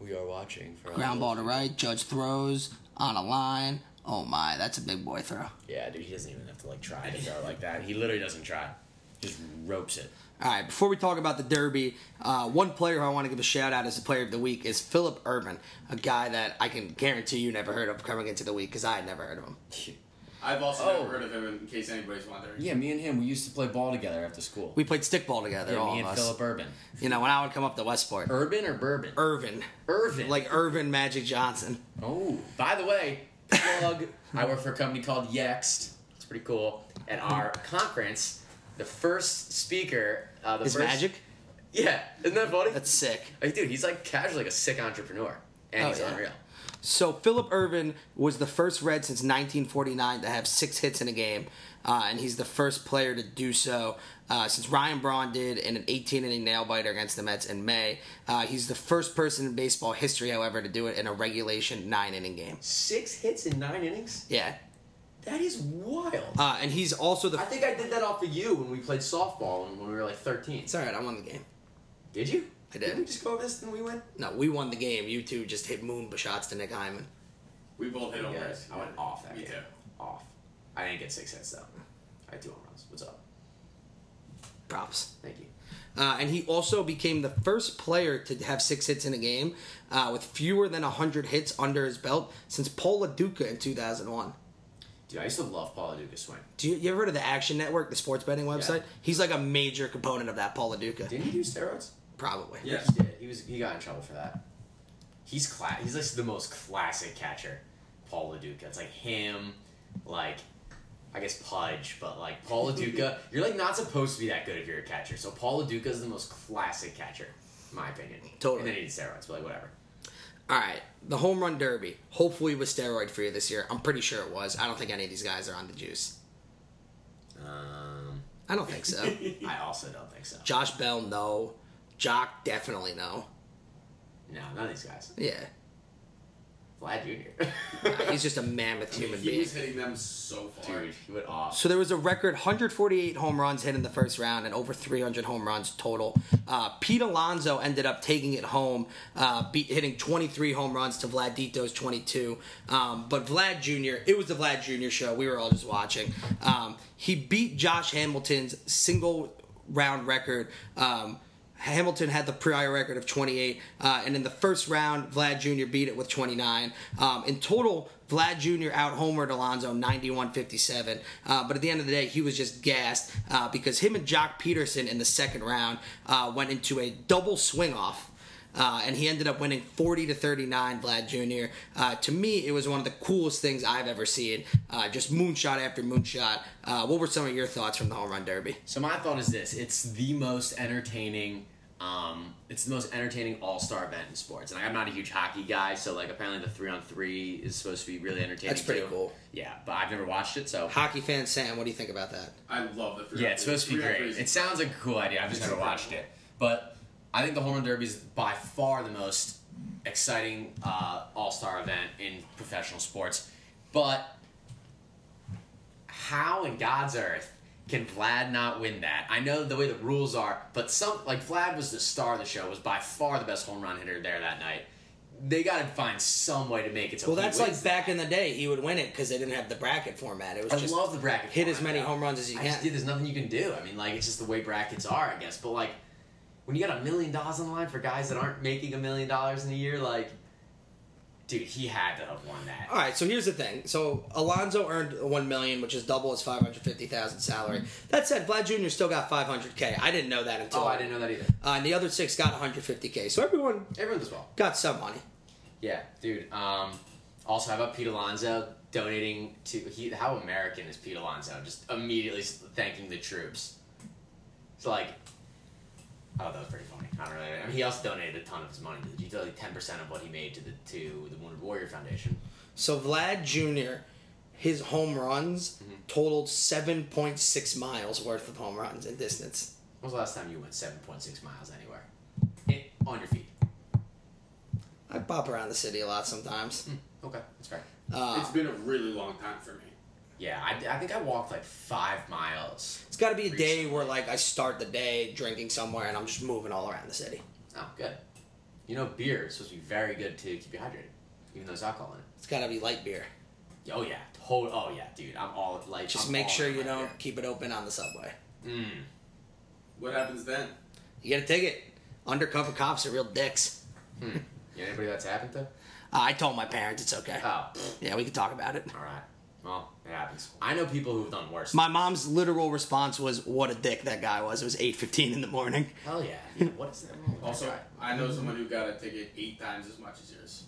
C: We are watching for
B: Ground ball to right. Judge throws on a line. Oh my, that's a big boy throw.
C: Yeah, dude, he doesn't even have to like try to go like that. He literally doesn't try. Just ropes it.
B: All right, before we talk about the Derby, uh, one player who I want to give a shout out as the player of the week is Philip Urban, a guy that I can guarantee you never heard of coming into the week because I had never heard of him.
D: I've also
C: Oh.
D: never heard of him in case anybody's wondering.
C: Yeah, me and him, we used to play ball together after school.
B: We played stickball together,
C: yeah,
B: all
C: me
B: of
C: and
B: us.
C: Philip Urban.
B: You know, when I would come up to Westport,
C: Urban or Bourbon?
B: Irvin,
C: Irvin.
B: like Irvin Magic Johnson.
C: Oh, by the way, plug. I work for a company called Yext. It's pretty cool. At our conference, the first speaker, uh, the
B: Is
C: first,
B: Magic?
C: Yeah, isn't that funny?
B: That's sick.
C: like, dude, he's like casually like a sick entrepreneur, and
B: Oh,
C: he's
B: yeah.
C: unreal.
B: So Philip Irvin was the first Red since 1949 to have six hits in a game, uh, and he's the first player to do so uh, since Ryan Braun did in an 18-inning nail biter against the Mets in May. Uh, he's the first person in baseball history, however, to do it in a regulation nine-inning game.
C: Six hits in nine innings.
B: Yeah,
C: That is wild.
B: uh, and he's also the.
C: I think I did that off of you when we played softball when we were like thirteen.
B: it's all right. I won the game.
C: Did you?
B: I did.
C: Did we just go over this and we went?
B: No, we won the game. You two just hit moon shots to Nick Hyman.
D: We both hit home
C: Yeah,
D: runs.
C: I went off that
D: Me
C: game.
D: too.
C: Off. I didn't get six hits though. I had two home runs. What's up?
B: Props.
C: Thank you.
B: Uh, and he also became the first player to have six hits in a game uh, with fewer than 100 hits under his belt since Paul LaDuca in 2001.
C: Dude, I used to love Paula Duca's swing.
B: Do you, you ever heard of the Action Network, the sports betting website?
C: Yeah.
B: He's like a major component of that, Paul LaDuca.
C: Didn't he do steroids?
B: Probably.
D: Yeah.
C: He did. He was. He got in trouble for that. He's class. He's like the most classic catcher, Paul LaDuca. It's like him, like I guess Pudge, but like Paul LaDuca. you're like not supposed to be that good if you're a catcher. So Paul LaDuca is the most classic catcher, in my opinion.
B: Totally.
C: And then he did steroids, but like whatever.
B: All right, the home run derby. Hopefully, it was steroid free this year. I'm pretty sure it was. I don't think any of these guys are on the juice.
C: Um,
B: I don't think so.
C: I also don't think so.
B: Josh Bell, no. Jock, definitely no.
C: No, none of these guys.
B: Yeah.
C: Vlad Jr.
B: He's just a mammoth human
D: He
B: being.
D: was hitting them so far.
C: Dude, he went off.
B: So there was a record 148 home runs hit in the first round and over 300 home runs total. Uh, Pete Alonso ended up taking it home, uh, beat, hitting 23 home runs to Vlad Dito's 22. Um, but Vlad Jr., it was the Vlad Jr. show. We were all just watching. Um, he beat Josh Hamilton's single round record. Um, Hamilton had the prior record of 28, uh, and in the first round, Vlad Jr. beat it with 29. Um, in total, Vlad Jr. out homered Alonso 91 57. Uh, but at the end of the day, he was just gassed uh, because him and Jock Peterson in the second round uh, went into a double swing off. Uh, and he ended up winning 40 to 39, Vlad Jr. Uh, to me, it was one of the coolest things I've ever seen. Uh, just moonshot after moonshot. Uh, what were some of your thoughts from the home run derby?
C: So my thought is this: it's the most entertaining. Um, it's the most entertaining All Star event in sports, and I'm not a huge hockey guy, so like apparently the three on three is supposed to be really entertaining.
B: That's pretty
C: too.
B: cool.
C: Yeah, but I've never watched it, so
B: Hockey fan Sam, what do you think about that?
D: I love the three.
C: yeah, it's supposed to be
D: Three on
C: great.
D: threes.
C: It sounds like a cool idea. I've just never watched it, but I think the home run derby is by far the most exciting uh, All Star event in professional sports. But how in God's earth can Vlad not win that? I know the way the rules are, but some like Vlad was the star of the show, was by far the best home run hitter there that night. They got to find some way to make it. So
B: Well,
C: he
B: that's
C: wins
B: like back in the day, he would win it because they didn't have the bracket format. It was
C: I
B: just
C: love the bracket.
B: hit as
C: format,
B: many
C: though.
B: home runs as you
C: I
B: can.
C: Just, dude, there's nothing you can do. I mean, like it's just the way brackets are, I guess. But like, when you got a million dollars on the line for guys that aren't making a million dollars in a year, like, dude, he had to have won that.
B: All right, so here's the thing. So Alonzo earned one million, which is double his five hundred fifty thousand salary. That said, Vlad Jr. still got five hundred k. I didn't know that until
C: Oh, I didn't know that either.
B: Uh, and the other six got one hundred fifty k. So everyone
C: Everyone does well.
B: got some money.
C: Yeah, dude. Um, also, how about Pete Alonso donating to? He, how American is Pete Alonso? Just immediately s- thanking the troops. It's like, Oh, that was pretty funny. I don't really. I mean, he also donated a ton of his money to the G. Like ten percent of what he made to the to the Wounded Warrior Foundation.
B: So Vlad Jr., his home runs
C: Mm-hmm.
B: totaled 7.6 miles worth of home runs in distance.
C: When was the last time you went seven point six miles anywhere? Eh, on your feet.
B: I bop around the city a lot sometimes.
C: Okay, that's fair.
F: Uh,
D: it's been a really long time for me.
C: Yeah, I, I think I walked like five miles.
B: It's got to be a day where like I start the day drinking somewhere and I'm just moving all around the city.
C: Oh, good. You know, beer is supposed to be very good to keep you hydrated, even though there's alcohol in
B: It's got to be light beer.
C: it. Oh yeah, total. Oh yeah, dude, I'm all like.
B: Just
C: I'm
B: make
C: all
B: sure
C: in
B: you
C: my
B: don't
C: beer.
B: keep it open on the subway.
D: What happens then?
B: You get a ticket. Undercover cops are real dicks.
C: You know anybody that's happened to?
B: Uh, I told my parents it's okay.
C: Oh, pfft,
B: Yeah, we can talk about it.
C: all right. Well, it happens. I know people who've done worse.
B: My mom's literal response was, "What a dick that guy was." It was 8:15 in the morning.
C: Hell yeah. yeah what is that? wrong with that
D: Also,
C: guy?
D: I
F: Mm-hmm.
D: know someone who got a ticket eight times as much as yours.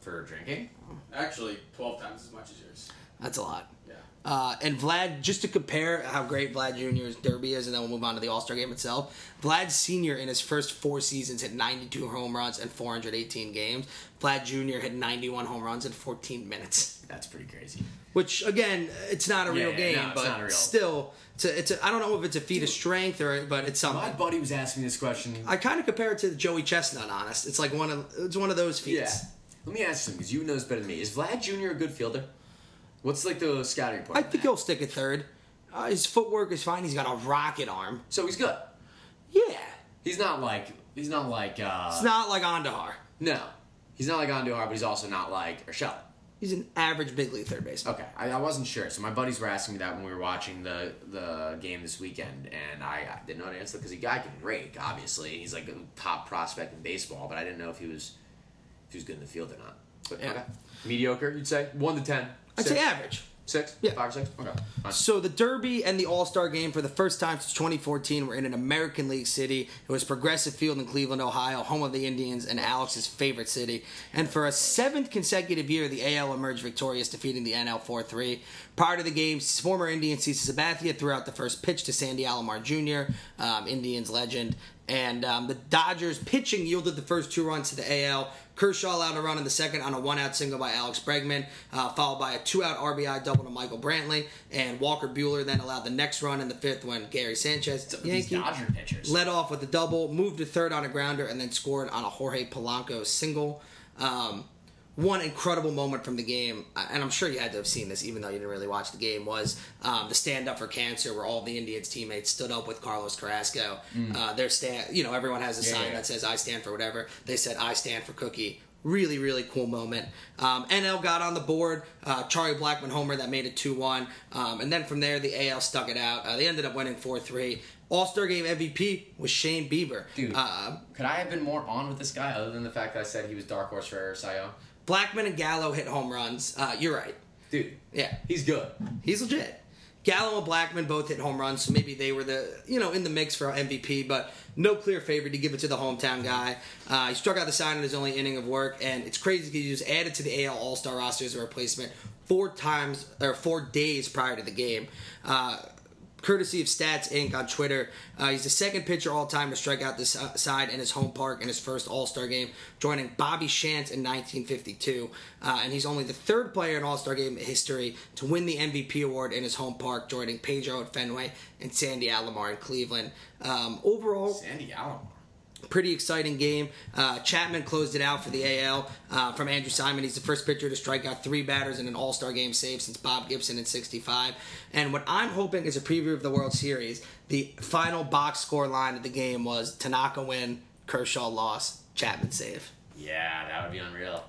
C: for drinking.
D: Actually, twelve times as much as yours.
B: That's a lot.
D: Yeah.
B: Uh, and Vlad, just to compare how great Vlad Jr.'s derby is, and then we'll move on to the All Star game itself. Vlad Sr. in his first four seasons hit 92 home runs and 418 games. Vlad Jr. hit 91 home runs in 14 minutes.
F: That's pretty crazy.
B: Which, again, it's not a
F: Yeah,
B: real
F: yeah,
B: game,
F: no, it's not
B: but
F: real.
B: still, it's a, it's a, I don't know if it's a feat of strength or, but it's
F: My
B: something.
F: buddy was asking this question.
B: I kind of compare it to Joey Chestnut. Honest, it's like one of it's one of those
F: yeah.
B: feats.
F: Let me ask him because you know this better than me. Is Vlad Jr. a good fielder? What's like the scouting report?
B: I
F: on
B: think
F: that?
B: he'll stick at third. Uh, his footwork is fine. He's got a rocket arm.
F: so. He's good.
B: Yeah.
F: He's not like he's not like uh
B: It's not like Andahar.
F: no. He's not like Andujar, but he's also not like Urshela.
B: He's an average big league third baseman.
F: Okay, I, I wasn't sure. So my buddies were asking me that when we were watching the the game this weekend, and I, I didn't know how to answer because the guy can rake, obviously. and He's like a top prospect in baseball, but I didn't know if he was if he was good in the field or not. But
B: Yeah.
F: okay, mediocre, you'd say one to ten.
C: Oh,
B: I'd
F: Six?
B: say average.
F: Six?
B: Yeah.
F: Five or six? Okay. Fine.
B: So the Derby and the All Star Game for the first time since 2014 were in an American League city. It was Progressive Field in Cleveland, Ohio, home of the Indians and Alex's favorite city. And for a seventh consecutive year, the AL emerged victorious, defeating the NL 4-3. Prior to the game, former Indian Cece Sabathia threw out the first pitch to Sandy Alomar Jr., um, Indians legend. And um, the Dodgers pitching yielded the first two runs to the AL. Kershaw allowed a run in the second on a one-out single by Alex Bregman, uh, followed by a two-out RBI double to Michael Brantley, and Walker Bueller then allowed the next run in the fifth when Gary Sanchez,
F: These
B: Yankee,
F: Dodger pitchers.
B: led off with a double, moved to third on a grounder, and then scored on a Jorge Polanco single. Um, one incredible moment from the game, uh, and I'm sure you had to have seen this, even though you didn't really watch the game, was um, the stand up for cancer, where all the Indians teammates stood up with Carlos Carrasco. Uh, their stand, you know, everyone has a sign
F: Mm. yeah.
B: that says "I stand for whatever." They said "I stand for Cookie." Really, really cool moment. Um, NL got on the board. Uh, Charlie Blackman homer that made it two one, um, and then from there the AL stuck it out. Uh, they ended up winning four three. All Star Game MVP was Shane Bieber.
F: Dude.
B: Uh,
F: Could I have been more on with this guy other than the fact that I said he was dark horse for Cy Young?
B: Blackman and Gallo hit home runs. Uh, you're right.
F: Dude,
B: Yeah,
F: he's good.
B: he's legit. Gallo and Blackman both hit home runs, so maybe they were the you know in the mix for MVP, but no clear favorite to give it to the hometown guy. Uh, he struck out the sign in his only inning of work, and it's crazy because he was added to the AL All Star roster as a replacement four times or four days prior to the game. Uh, courtesy of Stats Inc. on Twitter. Uh, he's the second pitcher all time to strike out this uh, side in his home park in his first All Star game, joining Bobby Shantz in 1952. Uh, and he's only the third player in All Star game history to win the MVP award in his home park, joining Pedro at Fenway and Sandy Alomar in Cleveland. Um, overall,
F: Sandy Alomar.
B: pretty exciting game. Uh, Chapman closed it out for the AL uh, from Andrew Simon. He's the first pitcher to strike out three batters in an All Star game save since Bob Gibson in '65. And what I'm hoping is a preview of the World Series. The final box score line of the game was Tanaka win, Kershaw loss, Chapman save.
F: Yeah, that would be unreal.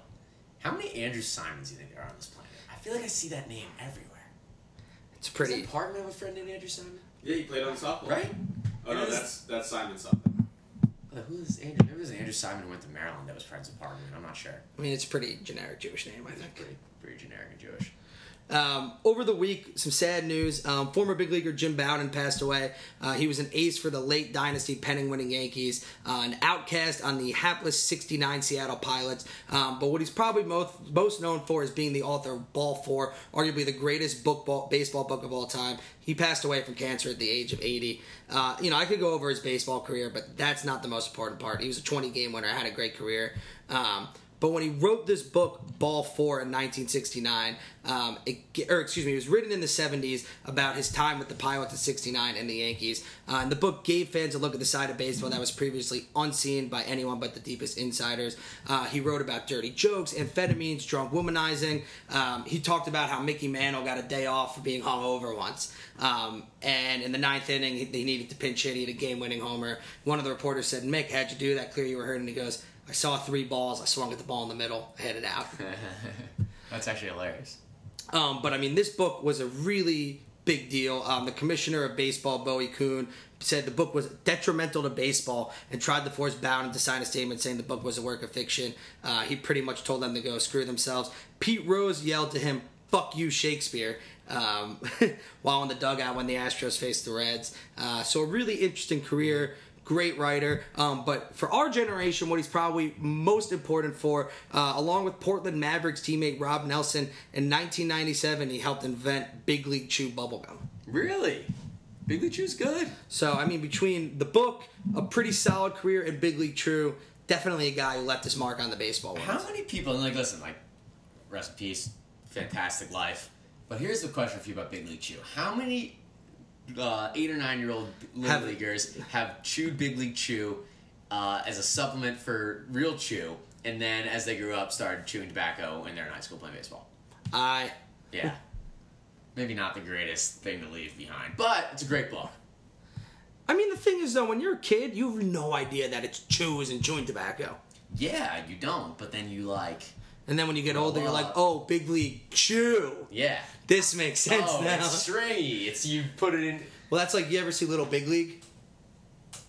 F: How many Andrew Simons do you think there are on this planet? I feel like I see that name everywhere.
B: It's
F: Does
B: pretty.
F: that Parkman have a friend named Andrew Simon?
D: Yeah, he played on softball.
F: Right?
D: Oh no,
F: It is-
D: that's that's Simon something.
F: Oh, who is Andrew? Maybe it was Andrew Simon who went to Maryland that was friends with Parkman. I'm not sure.
B: I mean, it's a pretty generic Jewish name, I think.
F: Pretty, pretty generic and Jewish.
B: Um, over the week, some sad news. Um, former big leaguer Jim Bowden passed away. Uh, he was an ace for the late dynasty penning winning Yankees, uh, an outcast on the hapless 69 Seattle Pilots. Um, but what he's probably most, most known for is being the author of Ball 4, arguably the greatest book ball, baseball book of all time. He passed away from cancer at the age of 80. Uh, you know, I could go over his baseball career, but that's not the most important part. He was a 20 game winner, had a great career. Um, but when he wrote this book, Ball Four, in 1969, um, it, or excuse me, it was written in the 70s about his time with the Pirates in '69 and the Yankees. Uh, and the book gave fans a look at the side of baseball that was previously unseen by anyone but the deepest insiders. Uh, he wrote about dirty jokes, amphetamines, drunk womanizing. Um, he talked about how Mickey Mantle got a day off for being hungover once. Um, and in the ninth inning, he- they needed to pinch hit. He had a game-winning homer. One of the reporters said, "Mick, how'd you do that? Clear you were hurt." And he goes. I saw three balls. I swung at the ball in the middle. I hit it out.
F: That's actually hilarious.
B: Um, but I mean, this book was a really big deal. Um, the commissioner of baseball, Bowie Kuhn, said the book was detrimental to baseball and tried to force Bowden to sign a statement saying the book was a work of fiction. Uh, he pretty much told them to go screw themselves. Pete Rose yelled to him, "Fuck you, Shakespeare." Um, while in the dugout when the Astros faced the Reds, uh, so a really interesting career great writer. Um, but for our generation, what he's probably most important for, uh, along with Portland Mavericks teammate Rob Nelson, in 1997, he helped invent Big League Chew bubblegum.
F: Really? Big League Chew's good.
B: So, I mean, between the book, a pretty solid career, and Big League Chew, definitely a guy who left his mark on the baseball world.
F: How many people, and like, listen, like, rest in peace, fantastic life. But here's the question for you about Big League Chew. How many uh, eight or nine year old little
B: Have-
F: leaguers have chewed Big League Chew uh, as a supplement for real chew, and then as they grew up, started chewing tobacco when they're in high school playing baseball?
B: I,
F: Yeah. Maybe not the greatest thing to leave behind, but it's a great book.
B: I mean, the thing is, though, when you're a kid, you have no idea that it's chews and chewing tobacco.
F: Yeah, you don't, but then you like,
B: And then when you get older, you're like,
F: up.
B: oh, Big League Chew.
F: yeah.
B: This makes sense
F: oh,
B: now.
F: it's stringy. It's you put it in.
B: Well, that's like you ever see Little Big League?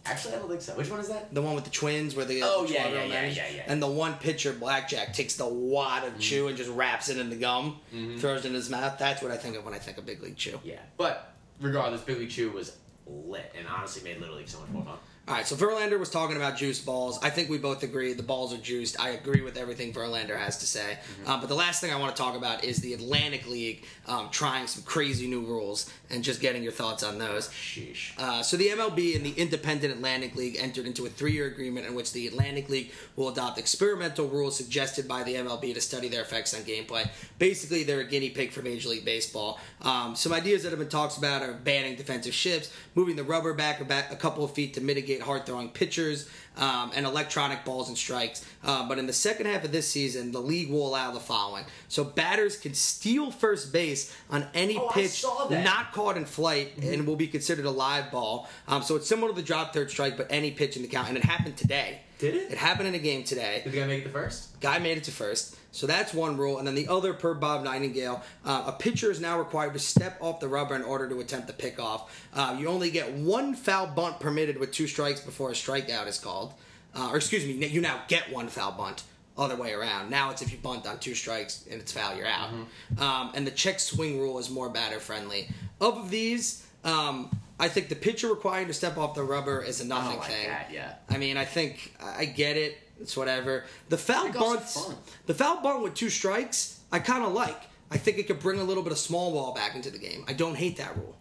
F: Actually, I don't think so. Which one is that?
B: The one with the twins where they
F: Oh,
B: the
F: yeah,
B: twelve-year-old
F: yeah, yeah,
B: manage-
F: yeah, Mm-hmm. yeah.
B: And the one pitcher, Blackjack, takes the wad of chew and just wraps it in the gum, throws it in his mouth. That's what I think of when I think of big league chew.
F: Mm-hmm. Yeah,
C: But regardless, Big League Chew was lit and honestly made Little League so much more fun.
B: All right, so Verlander was talking about juiced balls. I think we both agree the balls are juiced. I agree with everything Verlander has to say.
F: Mm-hmm.
B: Um, but the last thing I want to talk about is the Atlantic League um, trying some crazy new rules and just getting your thoughts on those.
C: Sheesh.
B: Uh, so the MLB and the Independent Atlantic League entered into a three-year agreement in which the Atlantic League will adopt experimental rules suggested by the MLB to study their effects on gameplay. Basically, they're a guinea pig for Major League Baseball. Um, some ideas that have been talked about are banning defensive shifts, moving the rubber back a, back a couple of feet to mitigate hard-throwing pitchers, um, and electronic balls and strikes. Uh, but in the second half of this season, the league will allow the following: so batters can steal first base on any
C: Oh, I
B: pitch
C: saw that. Mm-hmm.
B: not caught in flight and will be considered a live ball. Um, so it's similar to the drop third strike, but any pitch in the count. And it happened today.
C: Did it?
B: It happened in a game today.
C: Did the guy make it the first?
B: Guy made it to first. So that's one rule. And then the other, per Bob Nightingale, uh, a pitcher is now required to step off the rubber in order to attempt the pickoff. Uh, you only get one foul bunt permitted with two strikes before a strikeout is called. Uh, or excuse me, you now get one foul bunt. Other way around. Now it's if you bunt on two strikes and it's foul, you're out. Um, and the check swing rule is more batter friendly. Of these, um, I think the pitcher required to step off the rubber is a
F: I
B: nothing
F: don't like
B: thing.
F: that. Yeah.
B: I mean, I think I get it. It's whatever. The foul
F: also
B: bunt,
F: fun.
B: the foul bunt with two strikes, I kind of like. I think it could bring a little bit of small ball back into the game. I don't hate that rule.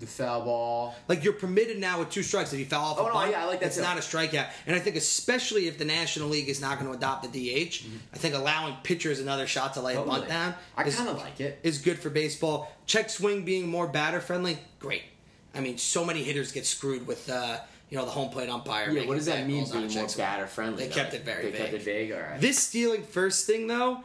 C: The foul ball.
B: Like you're permitted now with two strikes if you foul off.
C: Oh,
B: a
C: no,
B: bunt,
C: yeah, I like that
B: It's
C: too.
B: not a strikeout, and I think especially if the National League is not going to adopt the DH,
C: Mm-hmm.
B: I think allowing pitchers another shot to lay a bunt
F: Totally.
B: down
F: I
B: is-
F: kind of like it.
B: is good for baseball. Check swing being more batter friendly, great. I mean, so many hitters get screwed with uh, you know the home plate umpire.
C: Yeah,
B: making
C: what does that
B: bad
C: mean
B: calls on a
C: being
B: check
C: more
B: swing.
C: batter friendly?
B: They kept it very
C: They kept
B: vague.
C: it vague, alright.
B: This stealing first thing though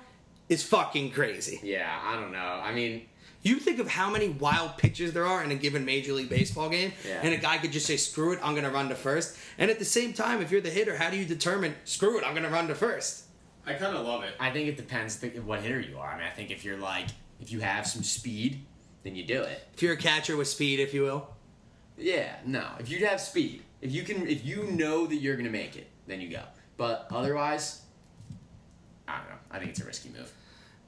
B: is fucking crazy.
C: yeah, I don't know. I mean,
B: You think of how many wild pitches there are in a given major league baseball game,
C: Yeah.
B: and a guy could just say, "Screw it, I'm going to run to first. And at the same time, if you're the hitter, how do you determine, "Screw it, I'm going to run to first?
D: I kind of love it.
F: I think it depends th- what hitter you are. I mean, I think if you're like if you have some speed, then you do it.
B: If you're a catcher with speed, if you will,
F: Yeah, no. If you have speed, if you can, if you know that you're gonna make it, then you go. But otherwise, I don't know. I think it's a risky move.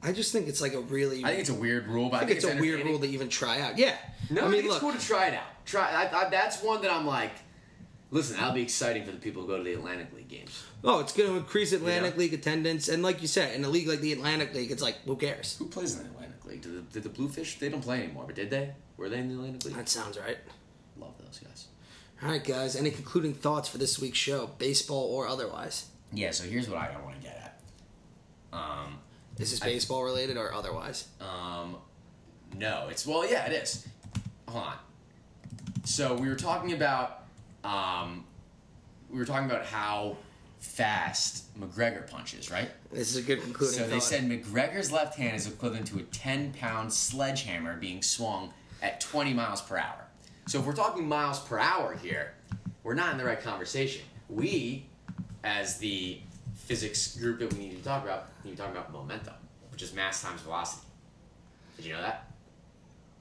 B: I just think it's like a really.
C: I think it's a weird rule, but I think,
B: it's a weird
C: entertaining.
B: rule to even try out. Yeah.
C: No,
B: I mean,
C: it's
B: look.
C: cool to try it out. Try I, I, that's one that I'm like. Listen, that'll be exciting for the people who go to the Atlantic League games.
B: Oh, it's going to increase Atlantic
C: Yeah.
B: League attendance, and like you said, in a league like the Atlantic League, it's like who cares?
C: Who plays in the Atlantic League? Did the, did the Bluefish? They don't play anymore, but did they? Were they in the Atlantic League?
B: That sounds right.
C: Love those guys.
B: All right, guys. Any concluding thoughts for this week's show, baseball or otherwise?
C: Yeah. So here's what I want to get at. Um,
B: Is this baseball related or otherwise?
C: Um, no, it's well, yeah, it is. Hold on. So we were talking about, um, we were talking about how fast McGregor punches, right?
B: This is a good concluding.
C: so they
B: thought.
C: said McGregor's left hand is equivalent to a 10 pound sledgehammer being swung at 20 miles per hour. So if we're talking miles per hour here, we're not in the right conversation. We, as the physics group that we need to talk about, need to talk about momentum, which is mass times velocity. Did you know that?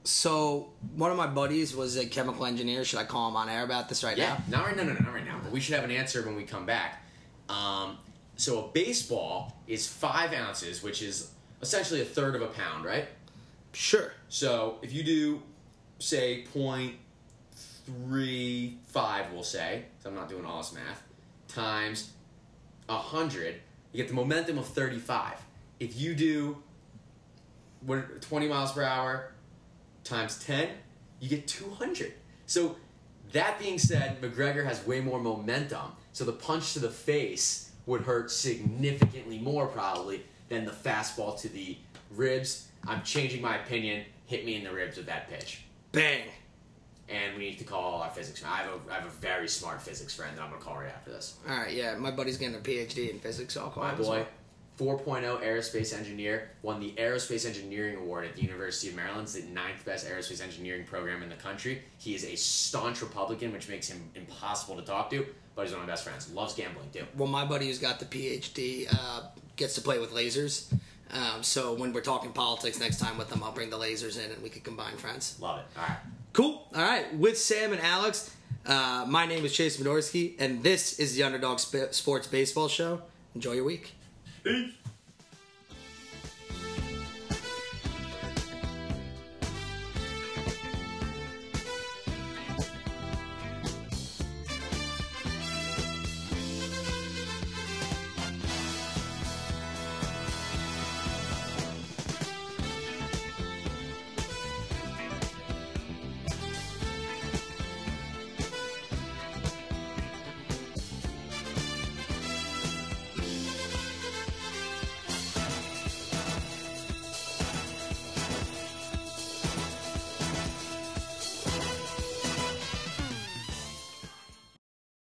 B: So one of my buddies was a chemical engineer. Should I call him on air about this right
C: Yeah.
B: now?
C: Not right. No, no, no, not right now. But we should have an answer when we come back. Um, so a baseball is five ounces, which is essentially a third of a pound, right?
B: Sure.
C: So if you do, say, 0.35, we'll say, so I'm not doing all this math, times 100, you get the momentum of 35. If you do what 20 miles per hour times 10, you get 200. So that being said, McGregor has way more momentum, so the punch to the face would hurt significantly more probably than the fastball to the ribs. I'm changing my opinion. Hit me in the ribs with that pitch.
B: Bang.
C: And we need to call our physics. I have a, I have a very smart physics friend that I'm going to call right after this.
B: All right. Yeah, my buddy's getting a PhD in physics. So I'll call
C: My
B: him as
C: boy,
B: well.
C: 4.0 aerospace engineer, won the Aerospace Engineering Award at the University of Maryland. It's the ninth best aerospace engineering program in the country. He is a staunch Republican, which makes him impossible to talk to, but he's one of my best friends. Loves gambling, too.
B: Well, my buddy who's got the PhD uh, gets to play with lasers. Um, so when we're talking politics next time with him, I'll bring the lasers in and we could combine friends.
C: Love it. All right.
B: Cool. All right. With Sam and Alex, uh, my name is Chase Midorsky, and this is the Underdog Sp- Sports Baseball Show. Enjoy your week.
G: Peace.